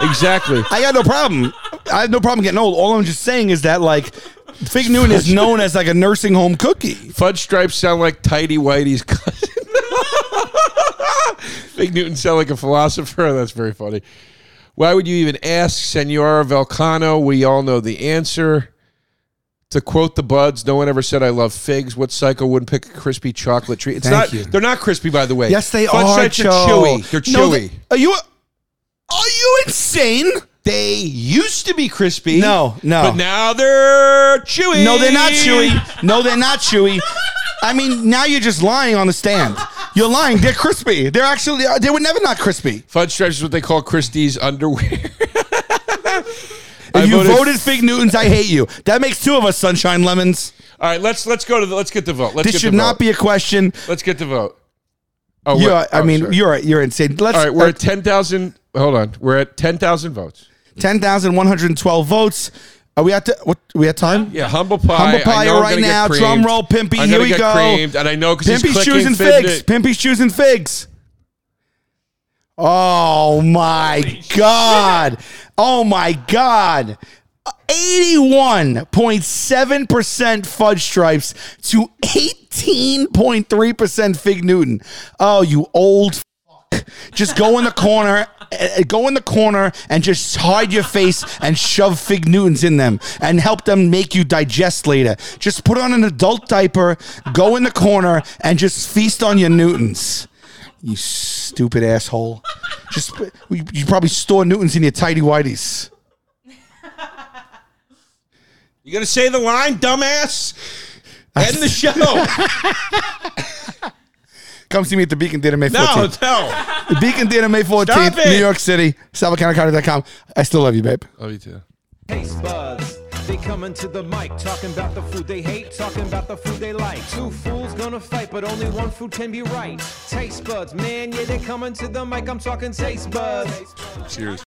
Speaker 1: exactly.
Speaker 4: I got no problem. I have no problem getting old. All I'm just saying is that like, Fig Newton is known as like a nursing home cookie.
Speaker 1: Fudge stripes sound like tidy whitey's cousin. Fig Newton sound like a philosopher. That's very funny. Why would you even ask, Senora Velcano? We all know the answer. To quote the buds, no one ever said I love figs. What psycho wouldn't pick a crispy chocolate treat? It's not
Speaker 4: Thank you.
Speaker 1: they're not crispy, by the way.
Speaker 4: Yes, they
Speaker 1: Fudge
Speaker 4: are.
Speaker 1: stripes
Speaker 4: Joe.
Speaker 1: chewy. They're chewy.
Speaker 4: No, they- are you? Are you insane?
Speaker 1: they used to be crispy.
Speaker 4: No, no.
Speaker 1: But now they're chewy.
Speaker 4: No, they're not chewy. No, they're not chewy. I mean, now you're just lying on the stand. You're lying. They're crispy. They're actually. They were never not crispy.
Speaker 1: Fudge stripes is what they call Christie's underwear.
Speaker 4: If you voted, Fig Newtons, I hate you. That makes two of us sunshine lemons.
Speaker 1: All right, let's let's go to the, let's get the vote. Let's
Speaker 4: this
Speaker 1: get
Speaker 4: should
Speaker 1: the
Speaker 4: not
Speaker 1: vote.
Speaker 4: be a question.
Speaker 1: Let's get the vote. Oh,
Speaker 4: You're,
Speaker 1: wait.
Speaker 4: I
Speaker 1: Oh,
Speaker 4: mean,
Speaker 1: sorry.
Speaker 4: you're you're insane. Let's. uh,
Speaker 1: all right. We're at ten thousand. Hold on, we're at ten thousand votes.
Speaker 4: ten thousand one hundred twelve votes. Are we at to, what? We at time?
Speaker 1: Yeah, humble pie.
Speaker 4: Humble
Speaker 1: I
Speaker 4: pie
Speaker 1: know I'm
Speaker 4: right
Speaker 1: gonna get
Speaker 4: now.
Speaker 1: creamed.
Speaker 4: Drum roll, Pimpy.
Speaker 1: I'm
Speaker 4: Here
Speaker 1: gonna
Speaker 4: we
Speaker 1: get
Speaker 4: go.
Speaker 1: creamed, and I know because
Speaker 4: Pimpy's choosing figs. Pimpy's choosing figs. Oh my god. Oh my god. 81.7% fudge stripes to 18.3% fig Newton. Oh, you old fuck. Just go in the corner, eh, go in the corner and just hide your face and shove fig Newtons in them and help them make you digest later. Just put on an adult diaper, go in the corner and just feast on your Newtons. You stupid asshole. Just you, you probably store Newtons in your tidy whities.
Speaker 1: You gonna say the line, dumbass? End the show. no,
Speaker 4: Come see me at the Beacon Theater May 14th.
Speaker 1: no.
Speaker 4: The Beacon Theater May 14th,
Speaker 1: Stop
Speaker 4: New
Speaker 1: it.
Speaker 4: York City, SalvaCountyCounty.com. I still love you, babe.
Speaker 1: Love you too.
Speaker 3: Taste buds. They coming to the mic, talking about the food they hate, talking about the food they like. Two fools gonna fight, but only one food can be right. Taste buds, man, yeah, they coming to the mic. I'm talking taste buds.
Speaker 1: Cheers.